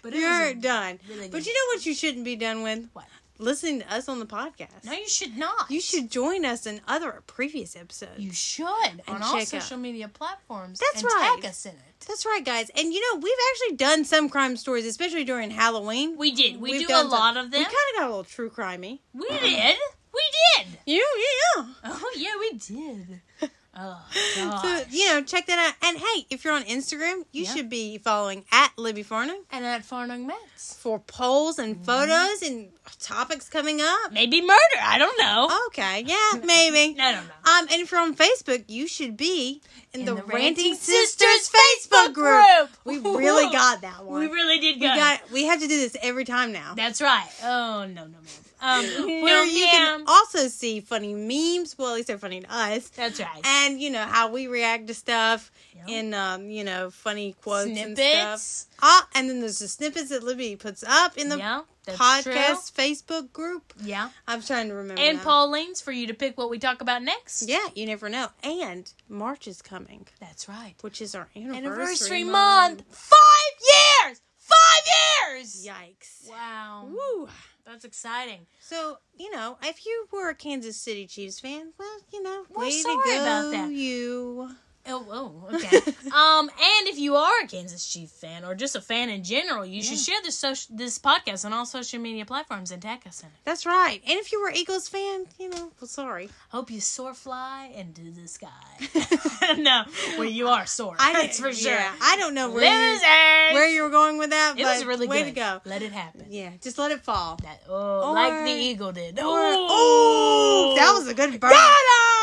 S1: But it was
S2: You're
S1: a-
S2: done.
S1: really
S2: But
S1: good-
S2: you know what you shouldn't be done with?
S1: What?
S2: Listening to us on the podcast.
S1: No, you should not.
S2: You should join us in other previous episodes.
S1: You should on all
S2: check
S1: social media platforms.
S2: That's
S1: and
S2: right.
S1: Tag us in it.
S2: That's right, guys. And you know, we've actually done some crime stories, especially during Halloween.
S1: We did. We
S2: We've
S1: do a
S2: done some-
S1: lot of
S2: We
S1: them.
S2: kind of got a little true crimey.
S1: We, did. We
S2: <laughs>
S1: did.
S2: Yeah, yeah, yeah.
S1: Oh yeah, we
S2: <laughs>
S1: did. Oh gosh.
S2: So, you know, check that out. And hey, if you're on Instagram, you
S1: Yeah.
S2: should be following at Libby Farnum
S1: and at Farnung Mets.
S2: for polls
S1: Mm-hmm.
S2: and photos and topics coming up.
S1: Maybe murder. I don't know.
S2: Oh. Okay, yeah,
S1: <laughs>
S2: maybe.
S1: No, no, no.
S2: Um, and if you're on Facebook, you should be in,
S1: In
S2: the,
S1: the
S2: Ranting,
S1: Ranting
S2: Sisters
S1: Sisters
S2: Facebook
S1: Facebook
S2: group.
S1: group.
S2: We really got that
S1: <laughs>
S2: one.
S1: We really did
S2: We
S1: good.
S2: got. We have to do this every time now.
S1: That's right. Oh no, no, ma'am. Um,
S2: <laughs> Where
S1: well,
S2: you
S1: ma'am.
S2: can also see funny memes. Well, at least they're funny to us.
S1: That's right.
S2: And you know how we react to stuff
S1: Yep.
S2: in um, you know funny quotes and stuff.
S1: Snippets.
S2: Ah, and then there's the snippets that Libby puts up in the
S1: yeah, that's
S2: podcast Facebook group.
S1: True. Yeah,
S2: I'm trying to remember.
S1: and
S2: now.
S1: Pauline's for you to pick what we talk about next.
S2: Yeah, you never know. And March is coming,
S1: That's right.
S2: which is our anniversary,
S1: Anniversary month. Five years. Five years.
S2: Yikes!
S1: Wow.
S2: Woo!
S1: That's exciting.
S2: So you know, if you were a Kansas City Chiefs fan, well, you know,
S1: We're
S2: way
S1: sorry
S2: to go,
S1: about that.
S2: you.
S1: Oh, oh
S2: <laughs>
S1: okay. um, and if you are a Kansas Chiefs fan or just a fan in general, you should share this social, this podcast on all social media platforms and tag us in it.
S2: That's right. And if you were Eagles fan, you know,
S1: <laughs>
S2: well, sorry.
S1: Hope you soar fly into the sky. <laughs> no, well you are soar. that's for sure.
S2: yeah, I don't know where
S1: Losers.
S2: you, where you were going with that,
S1: it
S2: but
S1: was really
S2: way
S1: good.
S2: to go.
S1: Let it happen.
S2: Yeah, just let it fall.
S1: That, oh, like
S2: Or-
S1: the eagle did.
S2: Oh, that was a good burn.
S1: Got 'em!